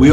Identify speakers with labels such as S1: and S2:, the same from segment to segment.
S1: We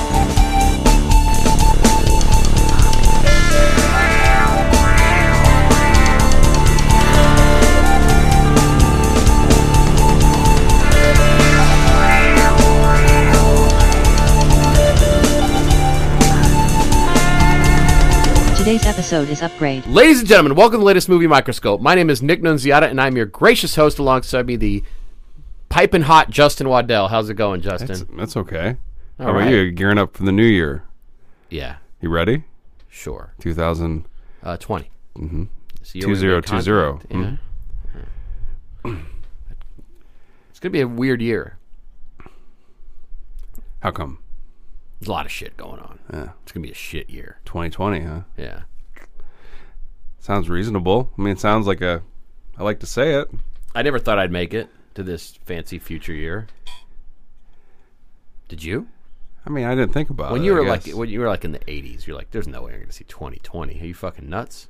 S2: Today's episode is Upgrade.
S3: Ladies and gentlemen, welcome to the latest movie microscope. My name is Nick Nunziata, and I'm your gracious host alongside me, the piping hot Justin Waddell. How's it going, Justin?
S4: That's, that's okay.
S3: All
S4: How about
S3: right.
S4: you? Gearing up for the new year.
S3: yeah,
S4: You ready?
S3: sure.
S4: 2000.
S3: Uh, 20. Mm-hmm. So
S4: 2020.
S3: Yeah.
S4: Mm-hmm.
S3: It's going to be a weird year.
S4: How come?
S3: There's a lot of shit going on. It's going to be a shit year.
S4: 2020, huh?
S3: Yeah.
S4: Sounds reasonable. I mean, it sounds like a. I like to say it.
S3: I never thought I'd make it to this fancy future year. Did you?
S4: I mean, I didn't think about
S3: when
S4: it.
S3: you
S4: Uh, I
S3: were like
S4: guess.
S3: when you were like in the 80s, you're like, there's no way I'm going to see 2020. Are you fucking nuts?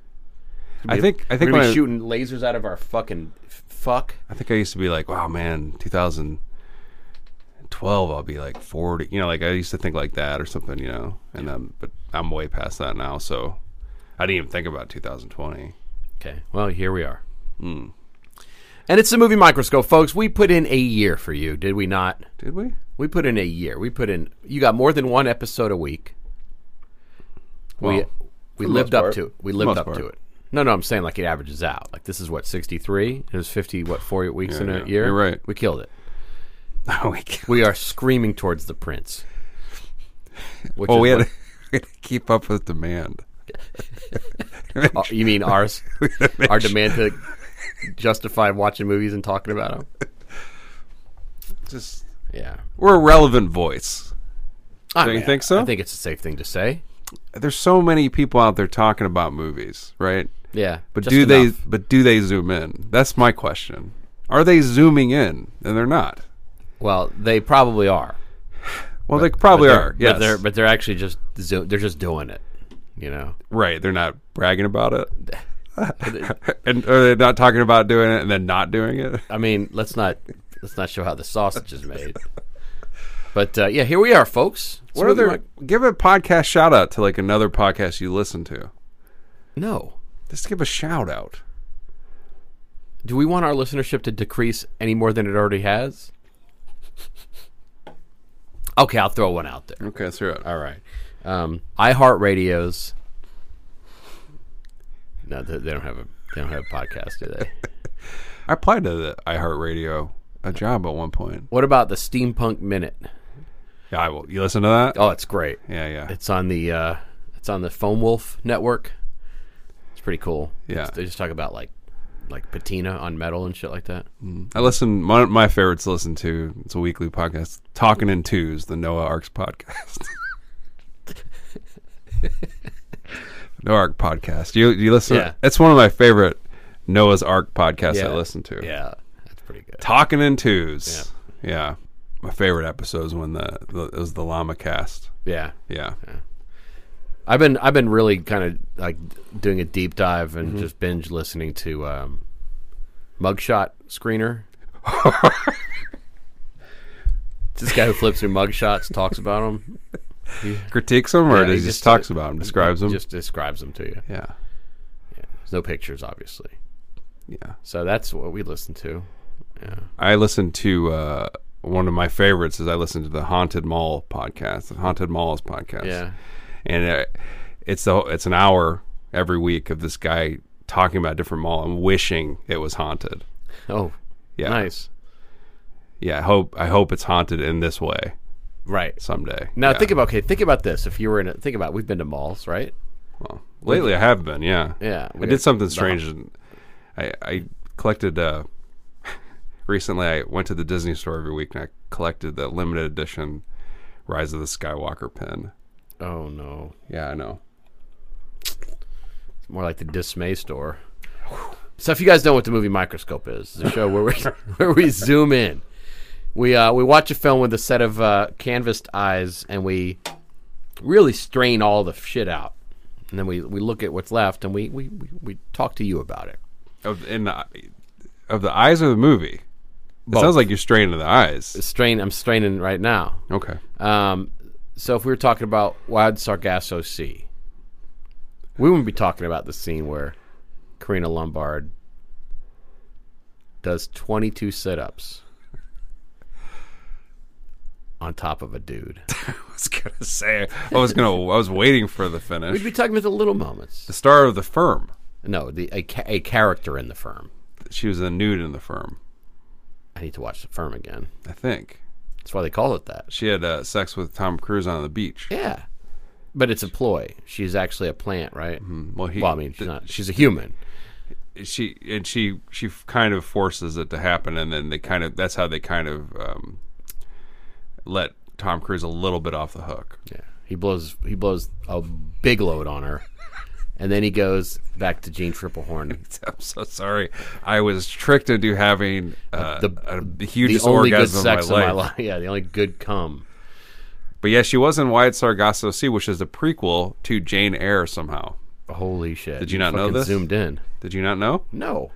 S4: I think I think
S3: we're
S4: when
S3: gonna
S4: I,
S3: be shooting lasers out of our fucking f- fuck.
S4: I think I used to be like, wow, man, 2012, I'll be like 40. You know, like I used to think like that or something. You know, and um, but I'm way past that now. So I didn't even think about 2020.
S3: Okay, well here we are. Hmm. And it's the movie microscope, folks. We put in a year for you, did we not?
S4: Did we?
S3: We put in a year. We put in. You got more than one episode a week. we
S4: Well,
S3: we
S4: for the
S3: lived
S4: most
S3: up
S4: part.
S3: to it. We
S4: For the
S3: lived
S4: most
S3: up to
S4: part.
S3: it. No, no, I'm saying like it averages out. Like this is what 63. It was 50. What four weeks
S4: Yeah,
S3: in a
S4: yeah.
S3: year?
S4: You're right.
S3: We killed it.
S4: No, we can't.
S3: We are screaming towards the prince. Which
S4: Well,
S3: is
S4: we had,
S3: what-
S4: to, we had to keep up with demand.
S3: Uh, you mean ours? Our demand to justify watching movies and talking about them?
S4: Just
S3: Yeah.
S4: we're a relevant voice. Don't you think so?
S3: I think it's a safe thing to say.
S4: There's so many people out there talking about movies, right?
S3: Yeah.
S4: But
S3: just
S4: do
S3: enough.
S4: they? But do they zoom in? That's my question. Are they zooming in? And they're not.
S3: Well, they probably are.
S4: Well, they probably
S3: They're-
S4: are.
S3: but
S4: Yes,
S3: they're but they're actually just zo- they're just doing it. You know.
S4: right. They're not bragging about it, and are they not talking about doing it and then not doing it?
S3: I mean, let's not let's not show how the sausage is made. But uh, yeah, here we are, folks.
S4: What
S3: Smoothie
S4: other?
S3: Mic-
S4: give a podcast shout out to like another podcast you listen to.
S3: No.
S4: Just give a shout out.
S3: Do we want our listenership to decrease any more than it already has? Okay, I'll throw one out there.
S4: Okay, let's hear it.
S3: All right. Um, iHeartRadios. No, they, they don't have a they don't have a podcast, do they?
S4: I applied to the iHeartRadio a job at one point.
S3: What about the Steampunk Minute?
S4: Yeah, I will. You listen to that?
S3: Oh, it's great.
S4: Yeah, yeah.
S3: It's on the uh, it's on the Foam Wolf network. It's pretty cool.
S4: Yeah.
S3: they just talk about like like patina on metal and shit like that.
S4: I listen. My, my favorite to listen to. It's a weekly podcast. Talking in Twos, the Noah Arcs podcast. Noah Ark podcast. You you listen?
S3: Yeah.
S4: It's one of my favorite Noah's Ark podcasts I
S3: Yeah.
S4: listen to.
S3: Yeah, that's pretty good.
S4: Talking in Twos. Yeah. My favorite episode is when the, the it was the llama cast.
S3: Yeah,
S4: Yeah.
S3: I've been I've been really kind of like doing a deep dive
S4: Mm-hmm.
S3: and just binge listening to um, Mugshot Screener. It's this guy who flips through mugshots talks about them,
S4: Critiques them,
S3: Yeah,
S4: or
S3: he
S4: does he just
S3: just-
S4: talks about them, describes them.
S3: just describes them to you.
S4: yeah.
S3: There's no pictures, obviously.
S4: Yeah.
S3: So that's what we listen to. Yeah.
S4: I listened to uh, one of my favorites is I listened to the Haunted Mall podcast, the Haunted Malls podcast.
S3: Yeah.
S4: and uh, it's the it's an hour every week of this guy talking about a different mall and wishing it was haunted.
S3: Oh,
S4: Yeah.
S3: nice.
S4: Yeah, I hope I hope it's haunted in this way
S3: Right.
S4: someday.
S3: Now
S4: Yeah.
S3: think about okay, think about this. If you were in a think about we've been to malls, right?
S4: Well, lately I have been, yeah.
S3: Yeah, we
S4: I
S3: got
S4: did something
S3: the-
S4: strange. and I I collected uh recently I went to the Disney store every week and I collected the limited edition Rise of the Skywalker pin.
S3: Oh no.
S4: Yeah, I know.
S3: It's more like the dismay store. So if you guys know what the movie Microscope is, it's a show where we where we zoom in. We uh, we watch a film with a set of uh, canvassed eyes and we really strain all the shit out. And then we, we look at what's left and we, we, we, we talk to you about it.
S4: Of in the of the eyes of the movie. It sounds like you're straining the eyes.
S3: Strain I'm straining right now.
S4: Okay.
S3: Um, so if we were talking about Wild Sargasso Sea, we wouldn't be talking about the scene where Karina Lombard does 22 sit ups on top of a dude.
S4: I was gonna say I was gonna I was waiting for the
S3: We'd
S4: finish.
S3: be talking about the little moments.
S4: The star of the firm.
S3: No, the a, ca- a character in the firm.
S4: She was a nude in the firm,
S3: I need to watch the firm again.
S4: I think.
S3: That's why they call it that.
S4: She had uh, sex with Tom Cruise on the beach.
S3: Yeah. But it's a ploy. She's actually a plant, right?
S4: Well, Mm-hmm. he,
S3: Well, I mean, she's not. She's a human.
S4: she and she she f- kind of forces it to happen, and then they kind of that's how they kind of um, let Tom Cruise a little bit off the hook.
S3: Yeah. He blows he blows a big load on her. And then he goes back to Gene Triplehorn.
S4: I'm so sorry. I was tricked into having uh,
S3: The-
S4: the
S3: The
S4: hugest
S3: only good
S4: orgasm of
S3: sex
S4: my life.
S3: of my life. Yeah, the only good cum.
S4: But yeah, she was in Wyatt Sargasso Sea, which is the prequel to Jane Eyre. Somehow,
S3: Holy shit. Did
S4: you not know this?
S3: Zoomed in.
S4: did you not know?
S3: No.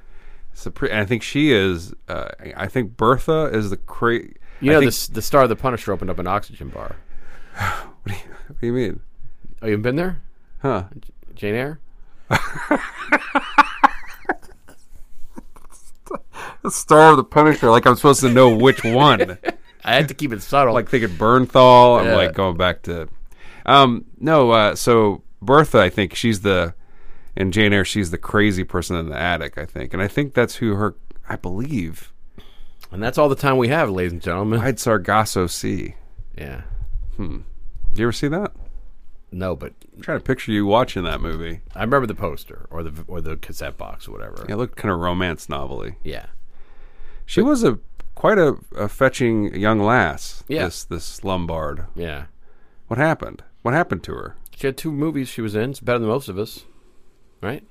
S4: It's the pre- and I think she is. Uh, I think Bertha is the cra-
S3: You
S4: I
S3: know,
S4: think-
S3: this, the star of the Punisher opened up an oxygen bar.
S4: What do you mean?
S3: Oh, you haven't been there?
S4: Huh?
S3: Jane Eyre?
S4: The star of the Punisher. Like I'm supposed to know which one.
S3: I had to keep it subtle.
S4: like thinking Bernthal. I'm
S3: Yeah.
S4: like going back to, um, no. Uh, so Bertha, I think she's the, and Jane Eyre, she's the crazy person in the attic. I think, and I think that's who her. I believe
S3: and that's all the time we have, ladies and gentlemen.
S4: I'd Sargasso Sea.
S3: yeah.
S4: Do you ever see that?
S3: No, but
S4: I'm trying to picture you watching that movie.
S3: I remember the poster or the or the cassette box or whatever.
S4: Yeah, It looked kind of romance novelly.
S3: Yeah.
S4: She was a quite a, a fetching young lass.
S3: Yeah.
S4: This this Lombard.
S3: Yeah.
S4: What happened? What happened to her?
S3: She had two movies she was in. It's better than most of us, right?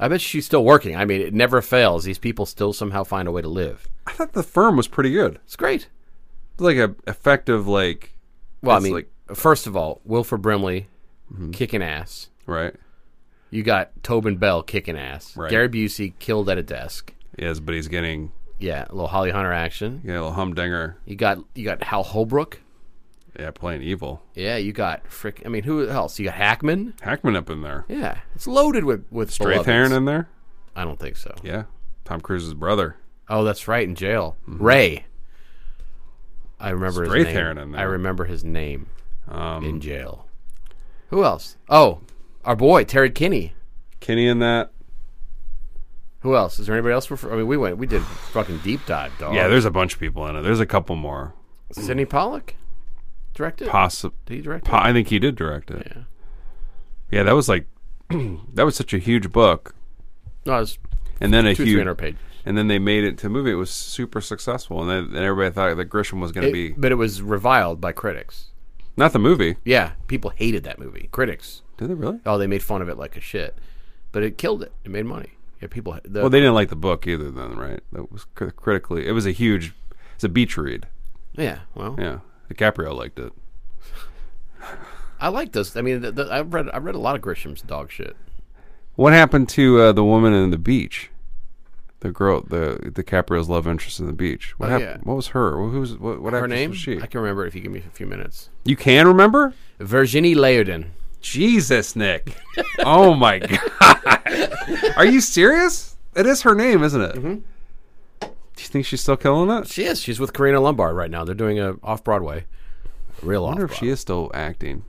S3: I bet she's still working. I mean, it never fails. These people still somehow find a way to live.
S4: I thought the firm was pretty good.
S3: It's great.
S4: It's like a effective like
S3: Well, I
S4: It's
S3: mean,
S4: like- Mm-hmm.
S3: first of all, Wilford Brimley kicking ass.
S4: right.
S3: You got Tobin Bell kicking ass.
S4: Right.
S3: Gary Busey killed at a desk.
S4: Yes, but he's getting
S3: Yeah, a little Holly Hunter action.
S4: you know, a little humdinger.
S3: You got you got Hal Holbrook.
S4: Yeah, playing evil.
S3: Yeah, you got frick. I mean, who else? You got Hackman.
S4: Hackman up in there.
S3: Yeah, it's loaded with with
S4: Straith
S3: beloveds.
S4: Heron in there.
S3: I don't think so.
S4: Yeah. Tom Cruise's brother.
S3: Oh, that's right, in jail.
S4: Mm-hmm.
S3: Ray. I remember his
S4: Straith
S3: name.
S4: Heron in there.
S3: I remember his name.
S4: Um,
S3: in jail. Who else? Oh, our boy Terry Kinney.
S4: Kenny in that.
S3: Who else? Is there anybody else? We're, I mean, we went. We did fucking deep dive, dog.
S4: Yeah, there's a bunch of people in it. There's a couple more.
S3: Sidney Pollock directed.
S4: Possible.
S3: did he direct? it?
S4: Po- I think he did direct it. Yeah. Yeah, that was like that was such a huge book,
S3: No, it was
S4: and then a
S3: two three
S4: huge,
S3: hundred pages.
S4: and then they made it to a movie. It was super successful, and then and everybody thought that Grisham was going to
S3: It-
S4: be
S3: but it was reviled by critics.
S4: not the movie.
S3: Yeah, people hated that movie. Critics.
S4: Did they really?
S3: Oh, they made fun of it like a shit, but it killed it. It made money. Yeah, people. The,
S4: Well, they didn't like the book either. Then, right? That was cri- critically. It was a huge. It's a beach read.
S3: yeah. Well,
S4: Yeah, DiCaprio liked it.
S3: I like this. I mean, the, the, I've read. I've read a lot of Grisham's dog shit.
S4: What happened to uh, the woman in the beach? The girl, the DiCaprio's love interest in the beach. What
S3: Oh,
S4: happened?
S3: yeah.
S4: What was her? Who was what? What
S3: Her name?
S4: Was she?
S3: I can remember if you give me a few minutes.
S4: You can remember?
S3: Virginie Leodin.
S4: Jesus, Nick. oh my god. Are you serious? It is her name, isn't it? Do you think she's still killing it?
S3: She is. She's with Karina Lombard right now. They're doing a off Broadway, real
S4: I
S3: off.
S4: wonder if she is still acting.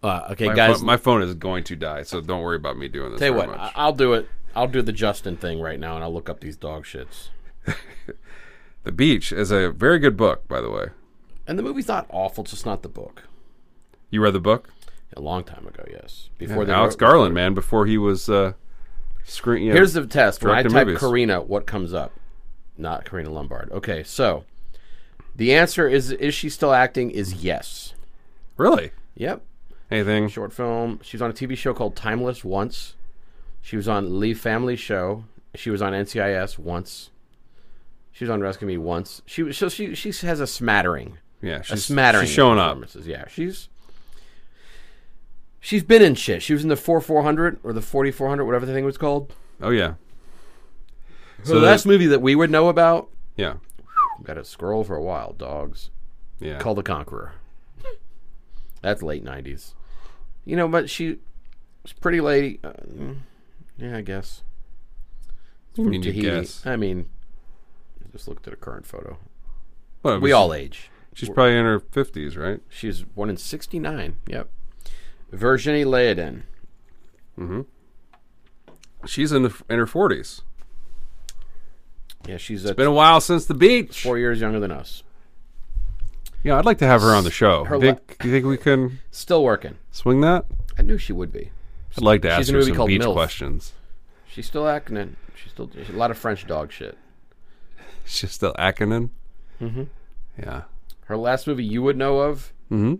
S3: Uh, okay,
S4: My,
S3: guys.
S4: phone, my phone is going to die, so don't worry about me doing this.
S3: tell you
S4: very
S3: what, I-
S4: much.
S3: I'll do it. I'll do the Justin thing right now, and I'll look up these dog shits.
S4: the Beach is a very good book, by the way.
S3: And the movie's not awful; it's just not the book.
S4: You read the book?
S3: A long time ago, yes. Before they
S4: Alex
S3: wrote-
S4: Garland, man, before he was uh, screen. You know,
S3: Here's the test. When I
S4: Directed
S3: type
S4: movies.
S3: Karina, what comes up? Not Karina Lombard. Okay, so the answer is: Is she still acting? Is yes.
S4: really
S3: Yep.
S4: anything.
S3: Short film. She was on a TV show called Timeless once. She was on Lee Family Show. She was on NCIS once. She was on Rescue Me once. She was so she she has a smattering,
S4: Yeah,
S3: a
S4: she's
S3: smattering.
S4: She's
S3: of
S4: showing up.
S3: performances. Yeah, she's she's been in shit. She was in the four four hundred or the forty four hundred, whatever the thing was called.
S4: Oh yeah,
S3: So the last movie that we would know about.
S4: yeah,
S3: Got to scroll for a while, dogs.
S4: yeah.
S3: Call the Conqueror. That's late nineties. You know, but she was a pretty lady. Uh, mm, yeah, I guess.
S4: I mean, you guess.
S3: I mean, I just looked at a current photo.
S4: Well, it
S3: We
S4: was-
S3: all age.
S4: She's probably in her fifties, right?
S3: She's one in sixty nine. Yep. Virginie Leiden.
S4: She's in the in her forties.
S3: Yeah, she's uh
S4: Been a while since the beach.
S3: four years younger than us.
S4: Yeah, I'd like to have her on the show.
S3: Her
S4: you think you think we can
S3: Still working.
S4: swing that?
S3: I knew she would be.
S4: I'd like to ask
S3: in a
S4: her
S3: movie
S4: some
S3: called
S4: beach
S3: MILF.
S4: questions.
S3: She's still acting. She's still a lot of French dog shit.
S4: She's still Akinen. Mm-hmm. Yeah.
S3: Her last movie you would know of? Mm-hmm.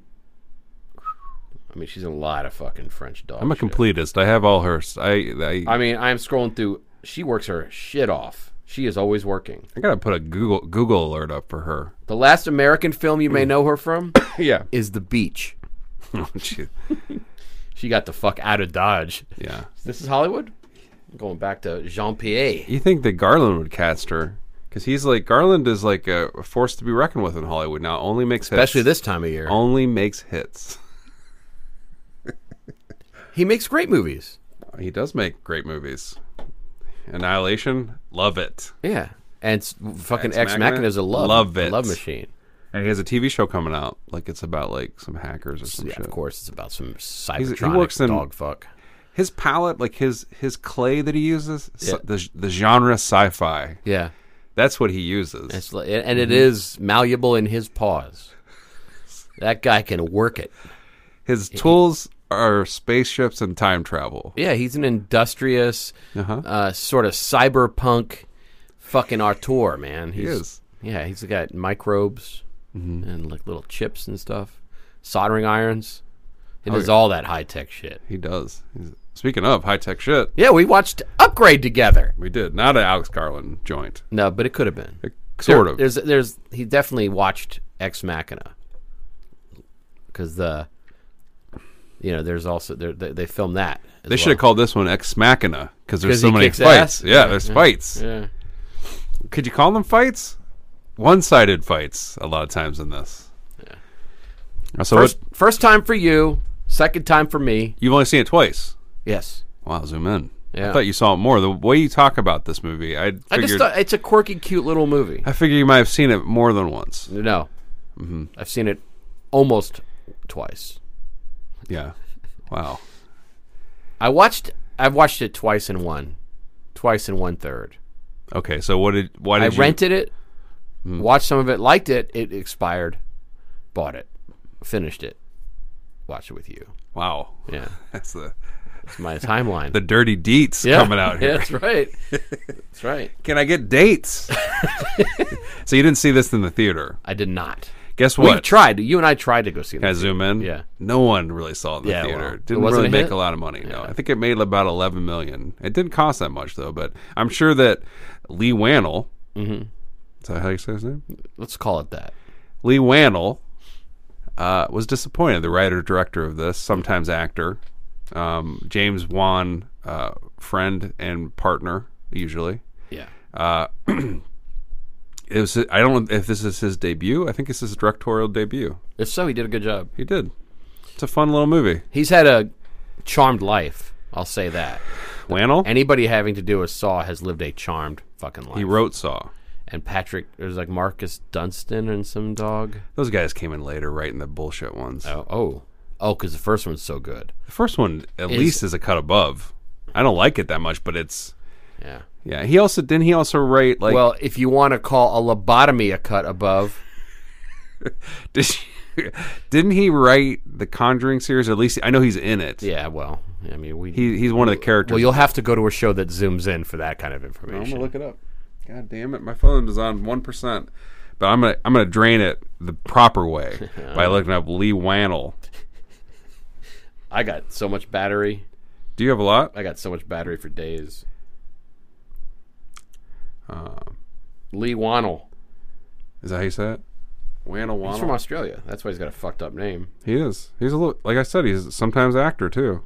S3: I mean, she's in a lot of fucking French dog.
S4: I'm a
S3: shit.
S4: completist. I have all her. I I, I
S3: I mean, I'm scrolling through. She works her shit off. She is always working.
S4: gotta put a Google Google alert up for her.
S3: The last American film you may know her from
S4: yeah.
S3: is The Beach.
S4: She-
S3: She got the fuck out of Dodge.
S4: yeah.
S3: This is Hollywood? Going back to Jean Pierre.
S4: You think that Garland would cast her? Because he's like Garland is like a force to be reckoned with in Hollywood now. Only makes
S3: Especially
S4: hits.
S3: this time of year.
S4: Only makes hits.
S3: He makes great movies.
S4: He does make great movies. Annihilation, love it.
S3: Yeah. And s- fucking
S4: Ex
S3: Ex
S4: Machina?
S3: Machina is a love,
S4: Love
S3: a
S4: it.
S3: love machine.
S4: And he has a TV show coming out. Like it's about like some hackers or some
S3: Yeah,
S4: shit.
S3: of course, it's about some
S4: he
S3: cybertronic
S4: works in-
S3: dog fuck.
S4: His palette, like his his clay that he uses, s- the the genre sci-fi.
S3: Yeah.
S4: That's what he uses.
S3: It's li- and it is malleable in his paws. That guy can work it.
S4: His tools are spaceships and time travel.
S3: Yeah, he's an industrious,
S4: Uh-huh.
S3: uh sort of cyberpunk, fucking artur man. He's,
S4: is. Mm-hmm.
S3: Yeah, he's got microbes and like little chips and stuff, soldering irons.
S4: Oh,
S3: It does all that high tech shit.
S4: He does. He's, speaking of high tech shit,
S3: Yeah, we watched Upgrade together.
S4: we did not an Alex Garland joint.
S3: No, but it could have been.
S4: Sort
S3: There-
S4: of.
S3: There's, there's. He definitely watched Ex Machina because the, you know, there's also there, they, they filmed that. as
S4: They should have
S3: well.
S4: called this one Ex Machina because there's
S3: 'Cause
S4: so
S3: he
S4: many
S3: kicks
S4: fights.
S3: ass?
S4: Yeah, there's fights.
S3: Yeah.
S4: Could you call them fights? One sided fights a lot of times in this. Yeah. So
S3: First,
S4: it,
S3: first time for you, second time for me.
S4: you've only seen it twice.
S3: Yes.
S4: Wow, zoom in.
S3: Yeah.
S4: I thought you saw it more. The way you talk about this movie, I figured
S3: I
S4: I,
S3: just thought it's a quirky, cute little movie.
S4: figure you might have seen it more than once.
S3: No, mm-hmm. I've seen it almost twice.
S4: Yeah. Wow.
S3: I watched. I've watched it twice in one, twice in one third.
S4: Okay, so what did why did
S3: I
S4: you Hmm.
S3: rented it, watched some of it, liked it. It expired, bought it, finished it, watched it with you.
S4: Wow.
S3: Yeah,
S4: That's the
S3: it's my timeline.
S4: the dirty deets
S3: yeah.
S4: coming out here.
S3: Yeah, that's right. that's right.
S4: Can I get dates? so you didn't see this in the theater.
S3: I did not.
S4: Guess
S3: We
S4: what?
S3: tried. You and I tried to go see
S4: Can I
S3: it.
S4: zoom in?
S3: Yeah.
S4: No one really saw it in the
S3: Yeah,
S4: theater.
S3: well, it
S4: didn't
S3: wasn't
S4: really
S3: a
S4: make
S3: hit?
S4: a lot of money. No, I think it made about eleven million. It didn't cost that much though. But I'm sure that Lee Wannell. Mm-hmm. Is that how you say his name?
S3: Let's call it that.
S4: Lee Wannell uh, was disappointed. The writer director of this, sometimes actor, um, James Wan, uh, friend and partner usually.
S3: Yeah.
S4: Uh, It was. I don't know if this is his debut. I think it's his directorial debut.
S3: If so, he did a good job.
S4: He did. It's a fun little movie.
S3: He's had a charmed life. I'll say that.
S4: Wannell.
S3: Anybody having to do with Saw has lived a charmed fucking life.
S4: he wrote Saw.
S3: and Patrick, there's like Marcus Dunstan and some dog.
S4: Those guys came in later, right in the bullshit ones.
S3: Oh, oh. Oh, because the first one's so good.
S4: The first one at
S3: Is-
S4: least is a cut above. I don't like it that much, but it's
S3: Yeah.
S4: yeah. He also didn't he also write like
S3: well, if you want to call a lobotomy a cut above,
S4: did not he write the Conjuring series? Or at least I know he's in it.
S3: yeah. Well, I mean, we.
S4: He, he's one of the characters.
S3: well, you'll have to go to a show that zooms in for that kind of
S4: I'm gonna
S3: information.
S4: look it up. God damn it, my phone is on one percent, but I'm gonna I'm gonna drain it the proper way by looking up Lee Wannell.
S3: I got so much battery.
S4: Do you have a lot?
S3: I got so much battery for days. Uh, Lee Wannell.
S4: Is that how you say it? Wannell
S3: He's from
S4: Wannell.
S3: Australia. That's why he's got a fucked up name.
S4: He is. He's a little like I said. He's sometimes actor too.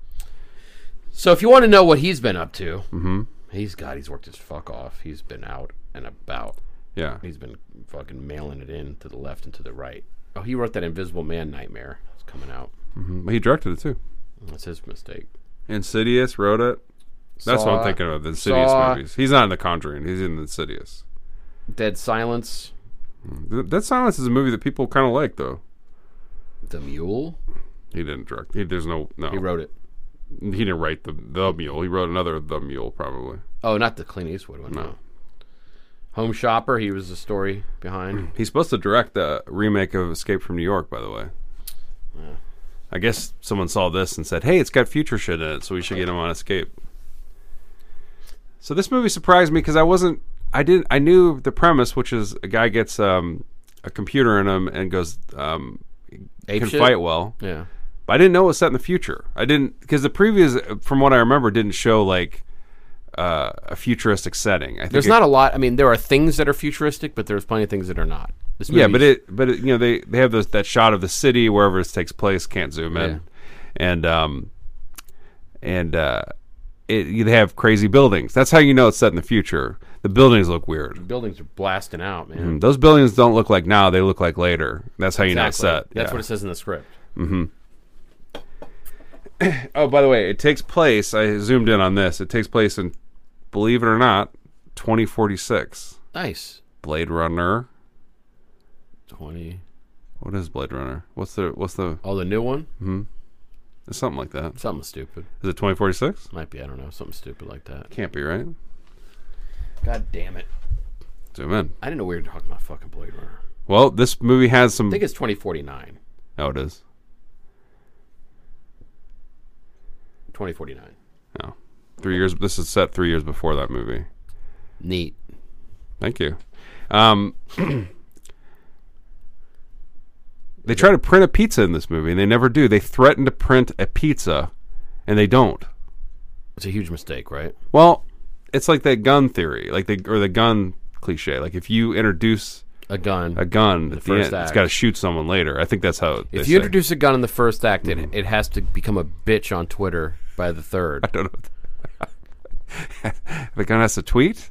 S3: So if you want to know what he's been up to, mm-hmm. he's got he's worked his fuck off. He's been out and about.
S4: Yeah.
S3: He's been fucking mailing it in to the left and to the right. Oh, he wrote that Invisible Man nightmare. It's coming out.
S4: Mhm. He directed it too.
S3: That's his mistake.
S4: Insidious wrote it. That's what
S3: Saw,
S4: I'm thinking of. The Insidious
S3: Saw.
S4: movies. He's not in The Conjuring. He's in Insidious.
S3: Dead Silence,
S4: Th- That Silence is a movie that people kind of like, though.
S3: The Mule.
S4: He didn't direct. He, there's no no.
S3: He wrote it.
S4: He didn't write the the mule. He wrote another the mule probably.
S3: Oh, not the Clint Eastwood one. No. Home Shopper. He was the story behind.
S4: He's supposed to direct the remake of Escape from New York, by the way. I guess someone saw this and said, "Hey, it's got future shit in it, so we should get him on Escape." So this movie surprised me because I wasn't, I didn't, I knew the premise, which is a guy gets um, a computer in him and goes um,
S3: Ape
S4: can
S3: shit?
S4: fight well,
S3: Yeah.
S4: but I didn't know it was set in the future. I didn't because the previous, from what I remember, didn't show like uh, a futuristic setting. I think
S3: There's
S4: it-
S3: not a lot. I mean, there are things that are futuristic, but there's plenty of things that are not. This
S4: Yeah,
S3: movie's-
S4: but it, but it, you know, they they have those that shot of the city wherever this takes place. Can't zoom in,
S3: Yeah.
S4: and um, and uh, it you- they have crazy buildings. That's how you know it's set in the future. The buildings look weird.
S3: buildings are blasting out, man.
S4: Those buildings don't look like now; they look like later. That's how you know it's
S3: Exactly.
S4: set.
S3: That's
S4: Yeah.
S3: what it says in the script.
S4: Oh, by the way, it takes place. I zoomed in on this. It takes place in, believe it or not, twenty forty six.
S3: Nice.
S4: Blade Runner.
S3: Twenty.
S4: What is Blade Runner? What's the what's the
S3: Oh, the new one.
S4: something like that?
S3: Something stupid.
S4: Is it twenty forty six?
S3: Might be. I don't know. Something stupid like that.
S4: Can't be right.
S3: God damn it!
S4: Zoom in.
S3: I didn't know we were talking about fucking Blade Runner. I
S4: Well, this movie has some.
S3: think it's twenty forty nine.
S4: oh, it is.
S3: Twenty forty nine.
S4: No, Oh. three years. This is set three years before that movie.
S3: Neat.
S4: Thank you. Um, they try to print a pizza in this movie, and they never do. They threaten to print a pizza, and they don't.
S3: It's a huge mistake, right?
S4: Well, it's like that gun theory, like the or the gun cliche. Like if you introduce
S3: A gun.
S4: a gun at the
S3: first
S4: end, it's
S3: act.
S4: got to shoot someone later. I think that's how. they
S3: if
S4: say.
S3: you introduce a gun in the first act, it, it has to become a bitch on Twitter by the third.
S4: I don't know. the gun has to tweet.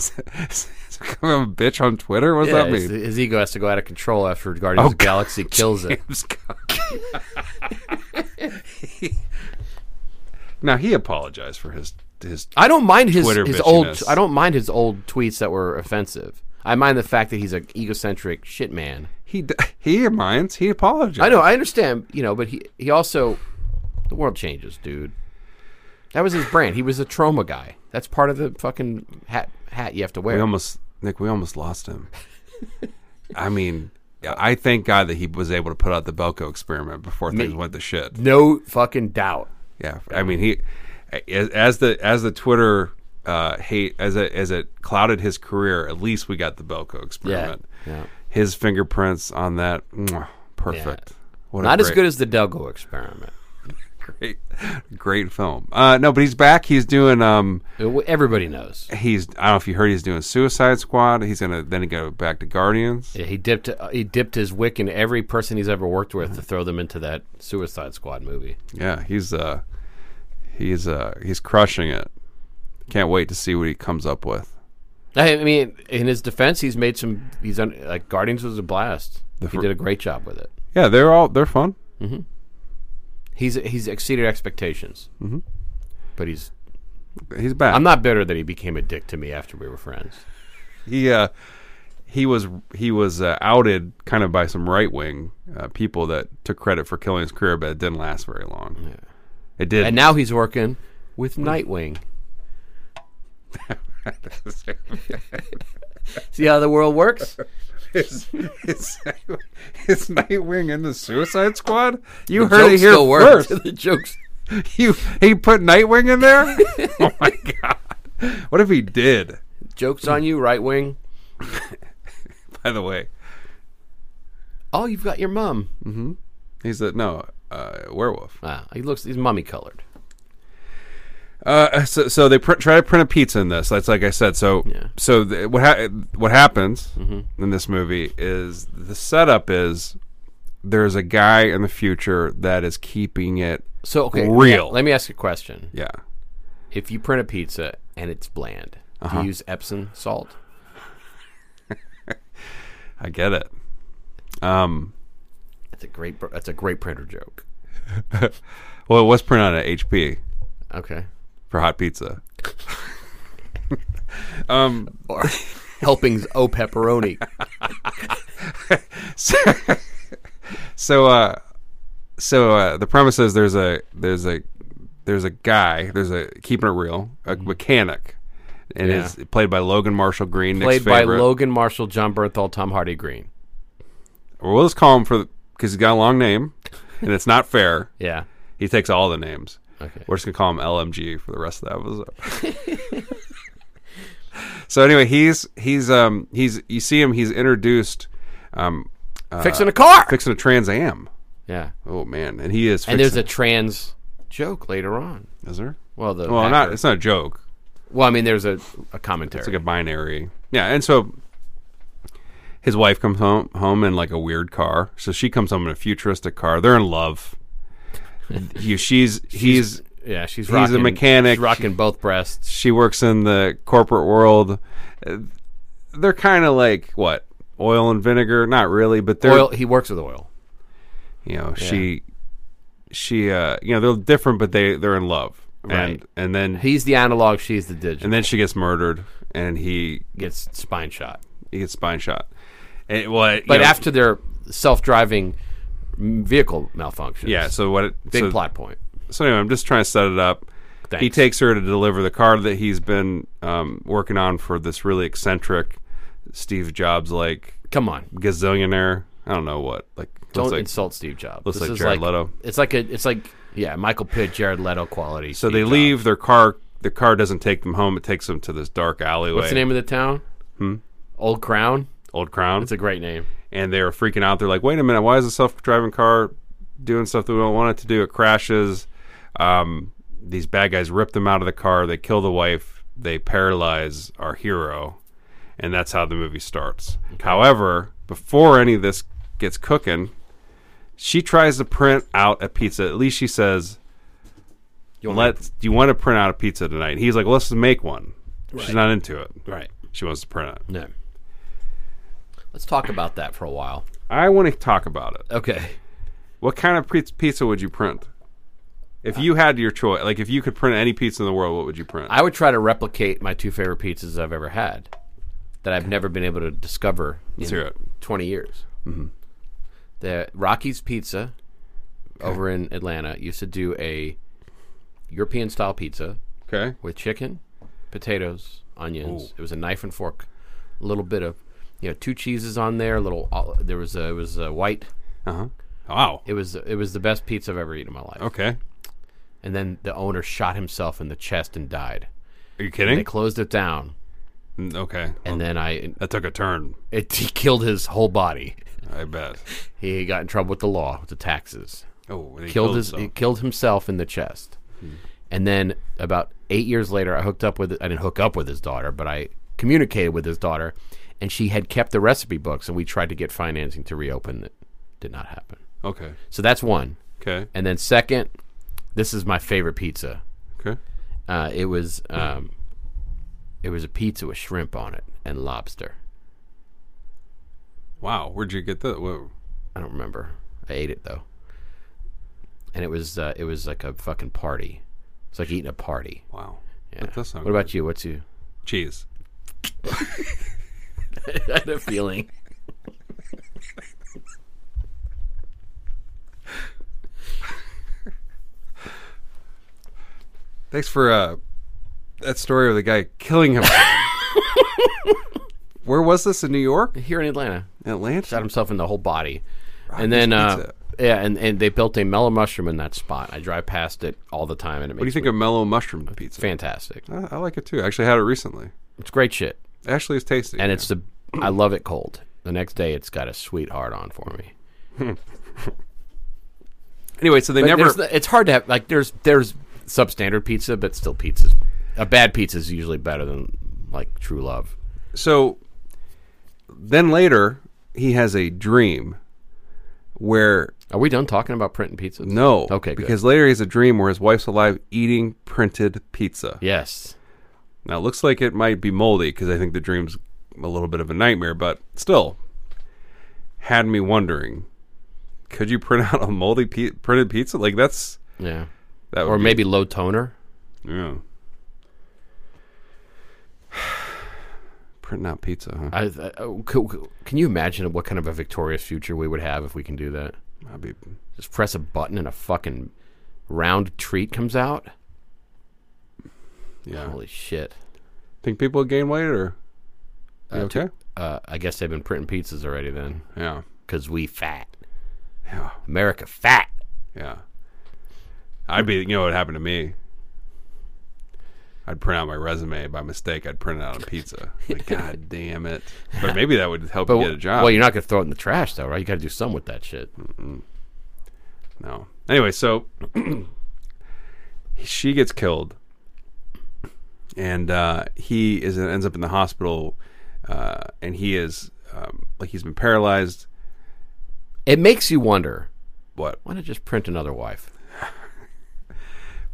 S4: Become a bitch on Twitter. What does
S3: Yeah,
S4: that
S3: his,
S4: mean?
S3: his ego has to go out of control after Guardians of the
S4: God.
S3: Galaxy kills it.
S4: James Gunn. now he apologized for his his.
S3: I don't mind his
S4: Twitter
S3: his old.
S4: bitchiness.
S3: I don't mind his old tweets that were offensive. I mind the fact that he's an egocentric shit man.
S4: He d- he minds. He apologized.
S3: I know, I understand, you know, but he he also the world changes, dude. That was his brand. He was a trauma guy. That's part of the fucking hat hat you have to
S4: We
S3: wear.
S4: almost Nick. We almost lost him. I mean, I thank God that he was able to put out the Belko experiment before things went to shit.
S3: No fucking doubt.
S4: Yeah, I mean he as, as the as the Twitter uh, hate as it as it clouded his career. At least we got the Belko experiment.
S3: yeah.
S4: His fingerprints on that, mwah, perfect. What a
S3: Not as
S4: great-
S3: good as the Delgo experiment.
S4: great, great film. Uh, no, but he's back. He's doing. Um,
S3: It- Everybody knows.
S4: he's. I don't know if you heard. He's doing Suicide Squad. He's gonna then go back to Guardians.
S3: Yeah, He dipped uh, he dipped his wick in every person he's ever worked with to throw them into that Suicide Squad movie.
S4: Yeah, he's uh, he's uh, he's crushing it. Can't wait to see what he comes up with.
S3: I I mean, in his defense, he's made some. He's on like Guardians was a blast. he
S4: fir-
S3: did a great job with it.
S4: Yeah, they're all they're fun.
S3: He's he's exceeded expectations. Mm-hmm. But he's
S4: He's back.
S3: I'm not bitter that he became a dick to me after we were friends.
S4: he uh he was he was uh, outed kind of by some right wing uh, people that took credit for killing his career, but it didn't last very long. It did.
S3: And now he's working with Nightwing. See how the world works?
S4: is, is, is Nightwing in the Suicide Squad? You
S3: The
S4: heard
S3: joke
S4: it here
S3: still works.
S4: first.
S3: the jokes.
S4: You he put Nightwing in there? oh my god! What if he did?
S3: Jokes on you, right wing.
S4: By the way,
S3: Oh, you've got your mum.
S4: he's a no uh, werewolf.
S3: Ah, he looks. He's mummy colored.
S4: Uh, so, so they pr- try to print a pizza in this. That's like I said. So, so th- what ha- what happens
S3: Mm-hmm.
S4: in this movie is the setup is there's a guy in the future that is keeping it.
S3: So okay,
S4: Real.
S3: Let, let me ask you a question.
S4: Yeah,
S3: If you print a pizza and it's bland,
S4: Uh-huh.
S3: do you use Epsom salt?
S4: I get it. Um,
S3: That's a great. br- That's a great printer joke.
S4: well, it was printed on HP
S3: Okay.
S4: for hot pizza.
S3: Or helpings o pepperoni.
S4: so, so uh so uh the premise is there's a there's a there's a guy there's a keeping it real a mechanic and
S3: Mm-hmm. Yeah.
S4: it's played by Logan Marshall Green
S3: Played
S4: Nick's
S3: by
S4: favorite.
S3: Logan Marshall, John Bernthal, Tom Hardy Green.
S4: Or we'll just call him for because he's got a long name and it's not fair
S3: Yeah.
S4: he takes all the names
S3: Okay.
S4: we're just gonna call him LMG for the rest of the episode so anyway he's he's um he's you see him he's introduced um
S3: Fixing a car.
S4: fixing a Trans Am
S3: yeah.
S4: oh man and he is fixing,
S3: And there's a trans joke later on.
S4: is there
S3: Well, the
S4: Well, not
S3: hacker-
S4: it's not a joke.
S3: well, I mean, there's a, a commentary.
S4: It's like a binary. Yeah, and so his wife comes home home in like a weird car. So she comes home in a futuristic car. They're in love. you, she's he's
S3: yeah, she's
S4: he's a
S3: rocking,
S4: mechanic.
S3: she's rocking both breasts.
S4: she works in the corporate world. Uh, They're kind of like what oil and vinegar, not really, but they're
S3: Oil. He works with oil.
S4: you know she she uh you know they're different, but they they're in love.
S3: Right.
S4: And and then he
S3: He's the analog. She's the digital.
S4: and then she gets murdered, and he
S3: gets spine shot.
S4: he gets spine shot. And, well, you
S3: But
S4: know,
S3: after their self-driving vehicle malfunctions.
S4: Yeah. So what? It,
S3: Big
S4: so,
S3: plot point.
S4: So anyway, I'm just trying to set it up. He
S3: Thanks.
S4: takes her to deliver the car that he's been um, working on for this really eccentric Steve Jobs like
S3: Come on.
S4: gazillionaire. I don't know what. Like
S3: Don't
S4: looks like-
S3: insult Steve Jobs.
S4: looks
S3: This
S4: like
S3: is
S4: Jared Leto.
S3: It's like a. It's like yeah, Michael Pitt, Jared Leto quality.
S4: so they leave their car. The car doesn't take them home. It takes them to this dark alleyway.
S3: What's the name of the town? Hmm. Old Crown.
S4: Old Crown.
S3: It's a great name.
S4: and they were freaking out. They're like, "Wait a minute! Why is a self-driving car doing stuff that we don't want it to do? It crashes." Um, these bad guys rip them out of the car. They kill the wife. They paralyze our hero, and that's how the movie starts. However, before any of this gets cooking, she tries to print out a pizza. At least she says,
S3: You want
S4: "Let's. Do you want to print out a pizza tonight?" And he's like, "Let's just make one." She's not into it.
S3: Right.
S4: She wants to print it.
S3: No. Let's talk about that for a while.
S4: I want to talk about it.
S3: Okay.
S4: What kind of pri- pizza would you print? If you had your choice, like if you could print any pizza in the world, what would you print?
S3: I would try to replicate my two favorite pizzas I've ever had that I've never been able to discover in
S4: Let's hear it.
S3: 20 years. Mm-hmm. The Rocky's Pizza over in Atlanta used to do a European style pizza
S4: Okay.
S3: with chicken, potatoes, onions. It was a knife and fork, a little bit of, you know, two cheeses on there. A little, oli- there was a, it was a white.
S4: Uh
S3: Uh-huh.
S4: huh. Wow.
S3: It was it was the best pizza I've ever eaten in my life.
S4: Okay.
S3: And then the owner shot himself in the chest and died.
S4: Are you
S3: They
S4: kidding?
S3: closed it down,
S4: Mm, Okay.
S3: and then I
S4: That took a turn.
S3: It he killed his whole body.
S4: I bet.
S3: He got in trouble with the law, with the taxes.
S4: Oh, and he
S3: Killed his e-,
S4: himself.
S3: he killed himself in the chest. And then about eight years later, I hooked up with I didn't hook up with his daughter, but I communicated with his daughter, and she had kept the recipe books, and we tried to get financing to reopen it. Did not happen.
S4: Okay.
S3: So that's one.
S4: Okay.
S3: And then second, this is my favorite pizza.
S4: Okay.
S3: Uh, it was um, it was a pizza with shrimp on it and lobster.
S4: Wow. Where'd you get that? Whoa.
S3: I don't remember. I ate it though, and it was uh, it was like a fucking party. It's like eating a party.
S4: Wow.
S3: Yeah.
S4: That does sound
S3: What about you? What's you?
S4: cheese?
S3: I had a feeling.
S4: Thanks for uh, that story of the guy killing him. Where was this in New York?
S3: Here in Atlanta, shot
S4: Atlanta.
S3: himself in the whole body, and then uh,
S4: pizza.
S3: yeah, and, and they built a mellow mushroom in that spot. I drive past it all the time, and it makes
S4: What do you think
S3: me
S4: of mellow mushroom pizza?
S3: fantastic.
S4: I, I like it too. I actually had it recently.
S3: It's great shit,
S4: Actually, it's tasty.
S3: and
S4: yeah.
S3: it's the I love it cold. The next day, it's got a sweetheart on for me.
S4: anyway. So they
S3: But
S4: never.
S3: there's the- it's hard to have like there's there's substandard pizza, but still pizzas. A bad pizza is usually better than like true love.
S4: so then later he has a dream where
S3: Are we done talking about printing pizzas?
S4: no
S3: Okay, good.
S4: because later he has a dream where his wife's alive eating printed pizza
S3: Yes.
S4: now it looks like it might be moldy because i think the dream's a little bit of a nightmare but still had me wondering could you print out a moldy pi- printed pizza like that's
S3: Yeah.
S4: that would
S3: Or
S4: be-
S3: maybe low toner.
S4: yeah print out pizza huh
S3: I, I, oh, c- c- can you imagine what kind of a victorious future we would have if we can do that?
S4: I'd be
S3: Just press a button and a fucking round treat comes out.
S4: yeah
S3: Holy shit!
S4: think people would gain weight or You okay
S3: Uh, I guess they've been printing pizzas already then,
S4: yeah
S3: because we fat.
S4: Yeah.
S3: America fat.
S4: Yeah. I'd be, you know what happened to me? I'd print out my resume by mistake. I'd print it out on pizza. Like, God damn it. But maybe that would help you get a job.
S3: Well, you're not gonna throw it in the trash though, right? You got to do something with that shit.
S4: no. Anyway, so she gets killed. And uh, he is ends up in the hospital. Uh, and he is, um, like, he's been paralyzed.
S3: It makes you wonder.
S4: What?
S3: Why not just print another wife?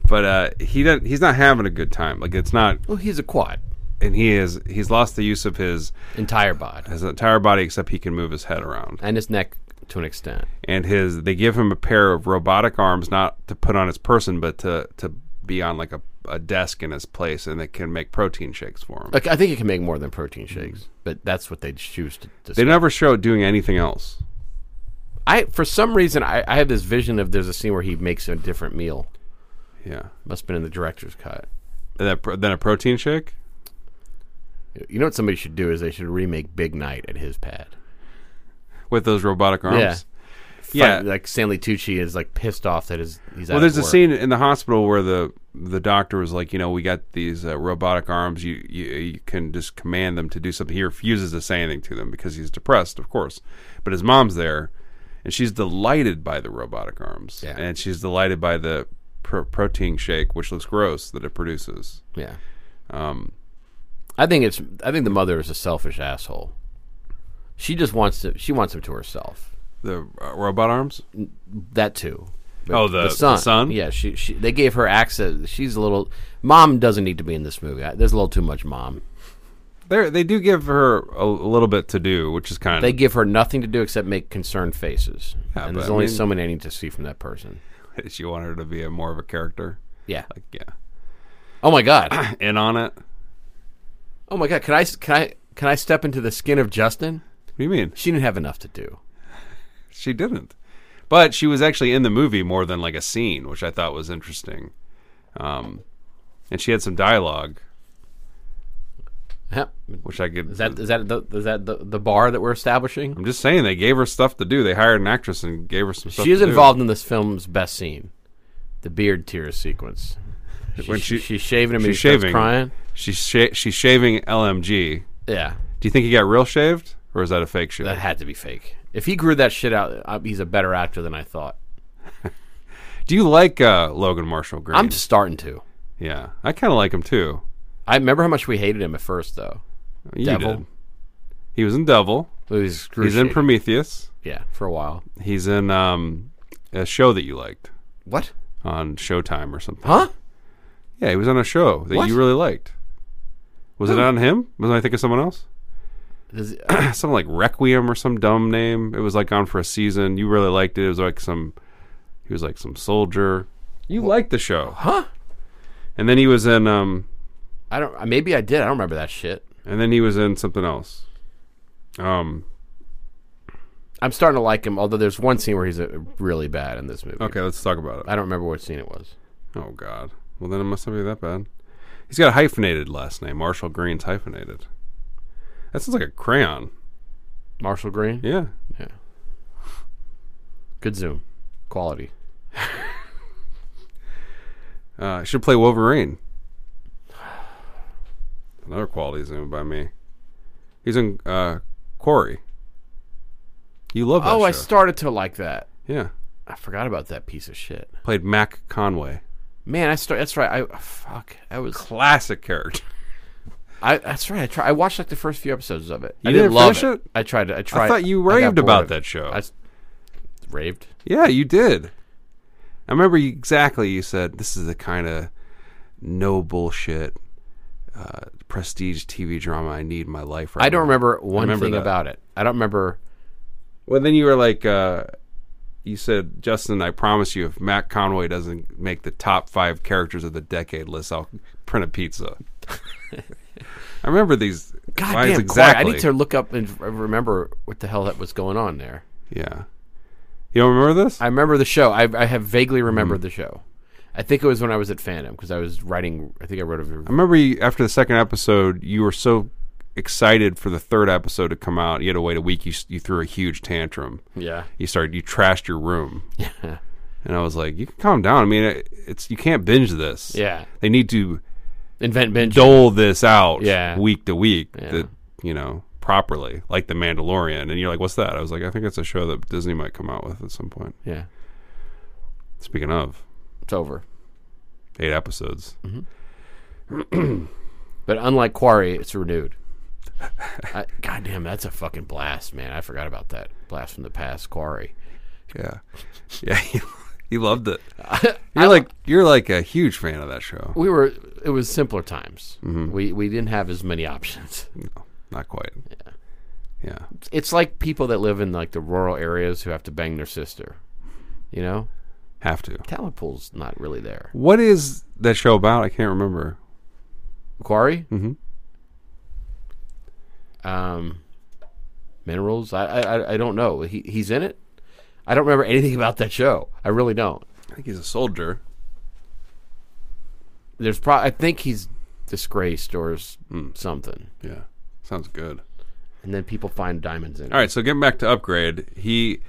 S4: But uh, he doesn't, he's not having a good time. Like, it's not,
S3: Well, he's a quad,
S4: and he is, he's lost the use of his
S3: entire body,
S4: his entire body except he can move his head around.
S3: and his neck to an extent.
S4: And his they give him a pair of robotic arms not to put on his person but to to be on like a, a desk in his place and they can make protein shakes for him.
S3: Like, I think it can make more than protein shakes, but that's what they choose to. to
S4: They never show doing anything else.
S3: I for some reason I, I have this vision of there's a scene where he makes a different meal.
S4: Yeah.
S3: Must have been in the director's cut.
S4: And that pro- then a protein shake?
S3: You know what somebody should do is they should remake Big Night at his pad.
S4: With those robotic arms?
S3: Yeah.
S4: Yeah.
S3: Fuck, like Stanley Tucci is like pissed off that his he's. out
S4: Well, there's
S3: of
S4: a
S3: work.
S4: scene in the hospital where the the doctor was like, you know, we got these uh, robotic arms. You, you you can just command them to do something. He refuses to say anything to them because he's depressed, of course. But his mom's there, and she's delighted by the robotic arms,
S3: Yeah.
S4: and she's delighted by the pro- protein shake, which looks gross that it produces.
S3: Yeah. Um, I think it's. I think the mother is a selfish asshole. She just wants to. She wants him to herself.
S4: The uh, robot arms.
S3: That too. But
S4: Oh, the- the son?
S3: Yeah, she, she. They gave her access. She's a little. Mom doesn't need to be in this movie. I, there's a little too much mom.
S4: They they do give her a, a little bit to do, which is kind
S3: They
S4: of
S3: give her nothing to do except make concerned faces,
S4: Yeah,
S3: and
S4: but
S3: there's
S4: I
S3: only
S4: mean-
S3: so many I need to see from that person.
S4: she wanted her to be a more of a character.
S3: Yeah.
S4: Like yeah,
S3: Oh my god.
S4: in on it.
S3: oh
S4: What
S3: my god. Can I? s- Can I? Can I step into the skin of Justin?
S4: do you mean?
S3: She didn't have enough to do.
S4: She didn't. But she was actually in the movie more than like a scene, which I thought was interesting. Um, and she had some dialogue,
S3: Huh.
S4: which I could.
S3: Is that is that the, is that the, the bar that we're establishing?
S4: I'm just saying they gave her stuff to do. They hired an actress and gave her some stuff.
S3: She is
S4: to do.
S3: involved in this film's best scene, the beard tears sequence.
S4: when she,
S3: she's shaving him, and
S4: she's
S3: he starts
S4: shaving.
S3: crying.
S4: She's sha- she's shaving LMG.
S3: Yeah,
S4: Do you think he got real shaved, or is that a fake shave?
S3: that had to be fake. If he grew that shit out, I- he's a better actor than I thought.
S4: do you like uh, Logan Marshall Green?
S3: I'm starting to.
S4: yeah, I kind of like him too.
S3: I remember how much we hated him at first, though.
S4: You
S3: Devil.
S4: did. He was in Devil.
S3: It was
S4: He's in
S3: excruciating.
S4: Prometheus.
S3: yeah, for a while.
S4: He's in um, a show that you liked
S3: What?
S4: on Showtime or something.
S3: Huh?
S4: Yeah, he was on a show that
S3: What?
S4: you really liked. Was it on him? Was I think of someone else?
S3: Does- uh,
S4: Something like Requiem or some dumb name. It was like on for a season. You really liked it. It was like some. He was like some soldier. You liked the show,
S3: Huh?
S4: And then he was in um.
S3: uh, I don't. Maybe I did. I don't remember that shit.
S4: And then he was in something else. Um.
S3: I'm starting to like him, although there's one scene where he's uh really bad in this movie.
S4: Okay, let's talk about it.
S3: I don't remember what scene it was.
S4: Oh God. Well, then it must not be that bad. He's got a hyphenated last name. Marshall Green's hyphenated. That sounds like a crayon.
S3: Marshall Green?
S4: Yeah.
S3: Good zoom. Quality.
S4: Uh, should play Wolverine. Another quality zoom by me. He's in uh, Quarry. You love that
S3: Oh, I
S4: show.
S3: started to like that.
S4: yeah.
S3: I forgot about that piece of shit.
S4: Played Mac Conway.
S3: Man, I start. That's right. I fuck. I was.
S4: Classic character.
S3: I that's right. I try. I watched like the first few episodes of it.
S4: You
S3: I
S4: didn't
S3: love
S4: finish it?
S3: I tried. to- I tried.
S4: thought you
S3: I got
S4: raved
S3: bored
S4: about
S3: of it.
S4: that show.
S3: I s- raved.
S4: Yeah, you did. I remember you, exactly. You said this is the kind of no bullshit uh, prestige TV drama I need in my life. Right
S3: I don't
S4: now.
S3: remember one
S4: remember
S3: thing
S4: that.
S3: about it. I don't remember.
S4: Well, then you were like, uh, you said, Justin, I promise you, if Matt Conway doesn't make the top five characters of the decade list, I'll print a pizza. I remember these
S3: God
S4: lines
S3: damn,
S4: exactly.
S3: I need to look up and r- remember what the hell that was going on there.
S4: Yeah, you don't remember this?
S3: I remember the show. I, I have vaguely
S4: Mm-hmm.
S3: remembered the show. I think it was when I was at Fandom because I was writing. I think I wrote a
S4: I remember you, after the second episode, you were so excited for the third episode to come out. You had to wait a week. You, s- you threw a huge tantrum.
S3: yeah.
S4: You started. You trashed your room. And I was like, you can calm down. I mean, it, it's you can't binge this.
S3: Yeah.
S4: They need to
S3: Invent bench.
S4: dole this out
S3: Yeah.
S4: week to week
S3: Yeah.
S4: that you know properly like the mandalorian and you're like what's that i was like i think it's a show that disney might come out with at some point
S3: Yeah.
S4: speaking of
S3: It's over.
S4: eight episodes
S3: But unlike Quarry, it's renewed. I, God damn, that's a fucking blast, man. I forgot about that blast from the past, Quarry.
S4: yeah yeah you, you loved it you're like you're like a huge fan of that show
S3: We were. It was simpler times.
S4: Mm-hmm.
S3: We we didn't have as many options.
S4: not quite yeah yeah
S3: It's like people that live in like the rural areas who have to bang their sister. You know,
S4: have to
S3: talent pool's not really there.
S4: what is that show about i can't remember
S3: Quarry.
S4: Mhm.
S3: Um, minerals. I I I- I don't know. He he's in it. I don't remember anything about that show. I really don't.
S4: i think he's a soldier
S3: There's pro. I think he's disgraced or s-
S4: Hmm.
S3: something.
S4: yeah sounds good
S3: and then people find diamonds in it.
S4: All right, so getting back to upgrade, he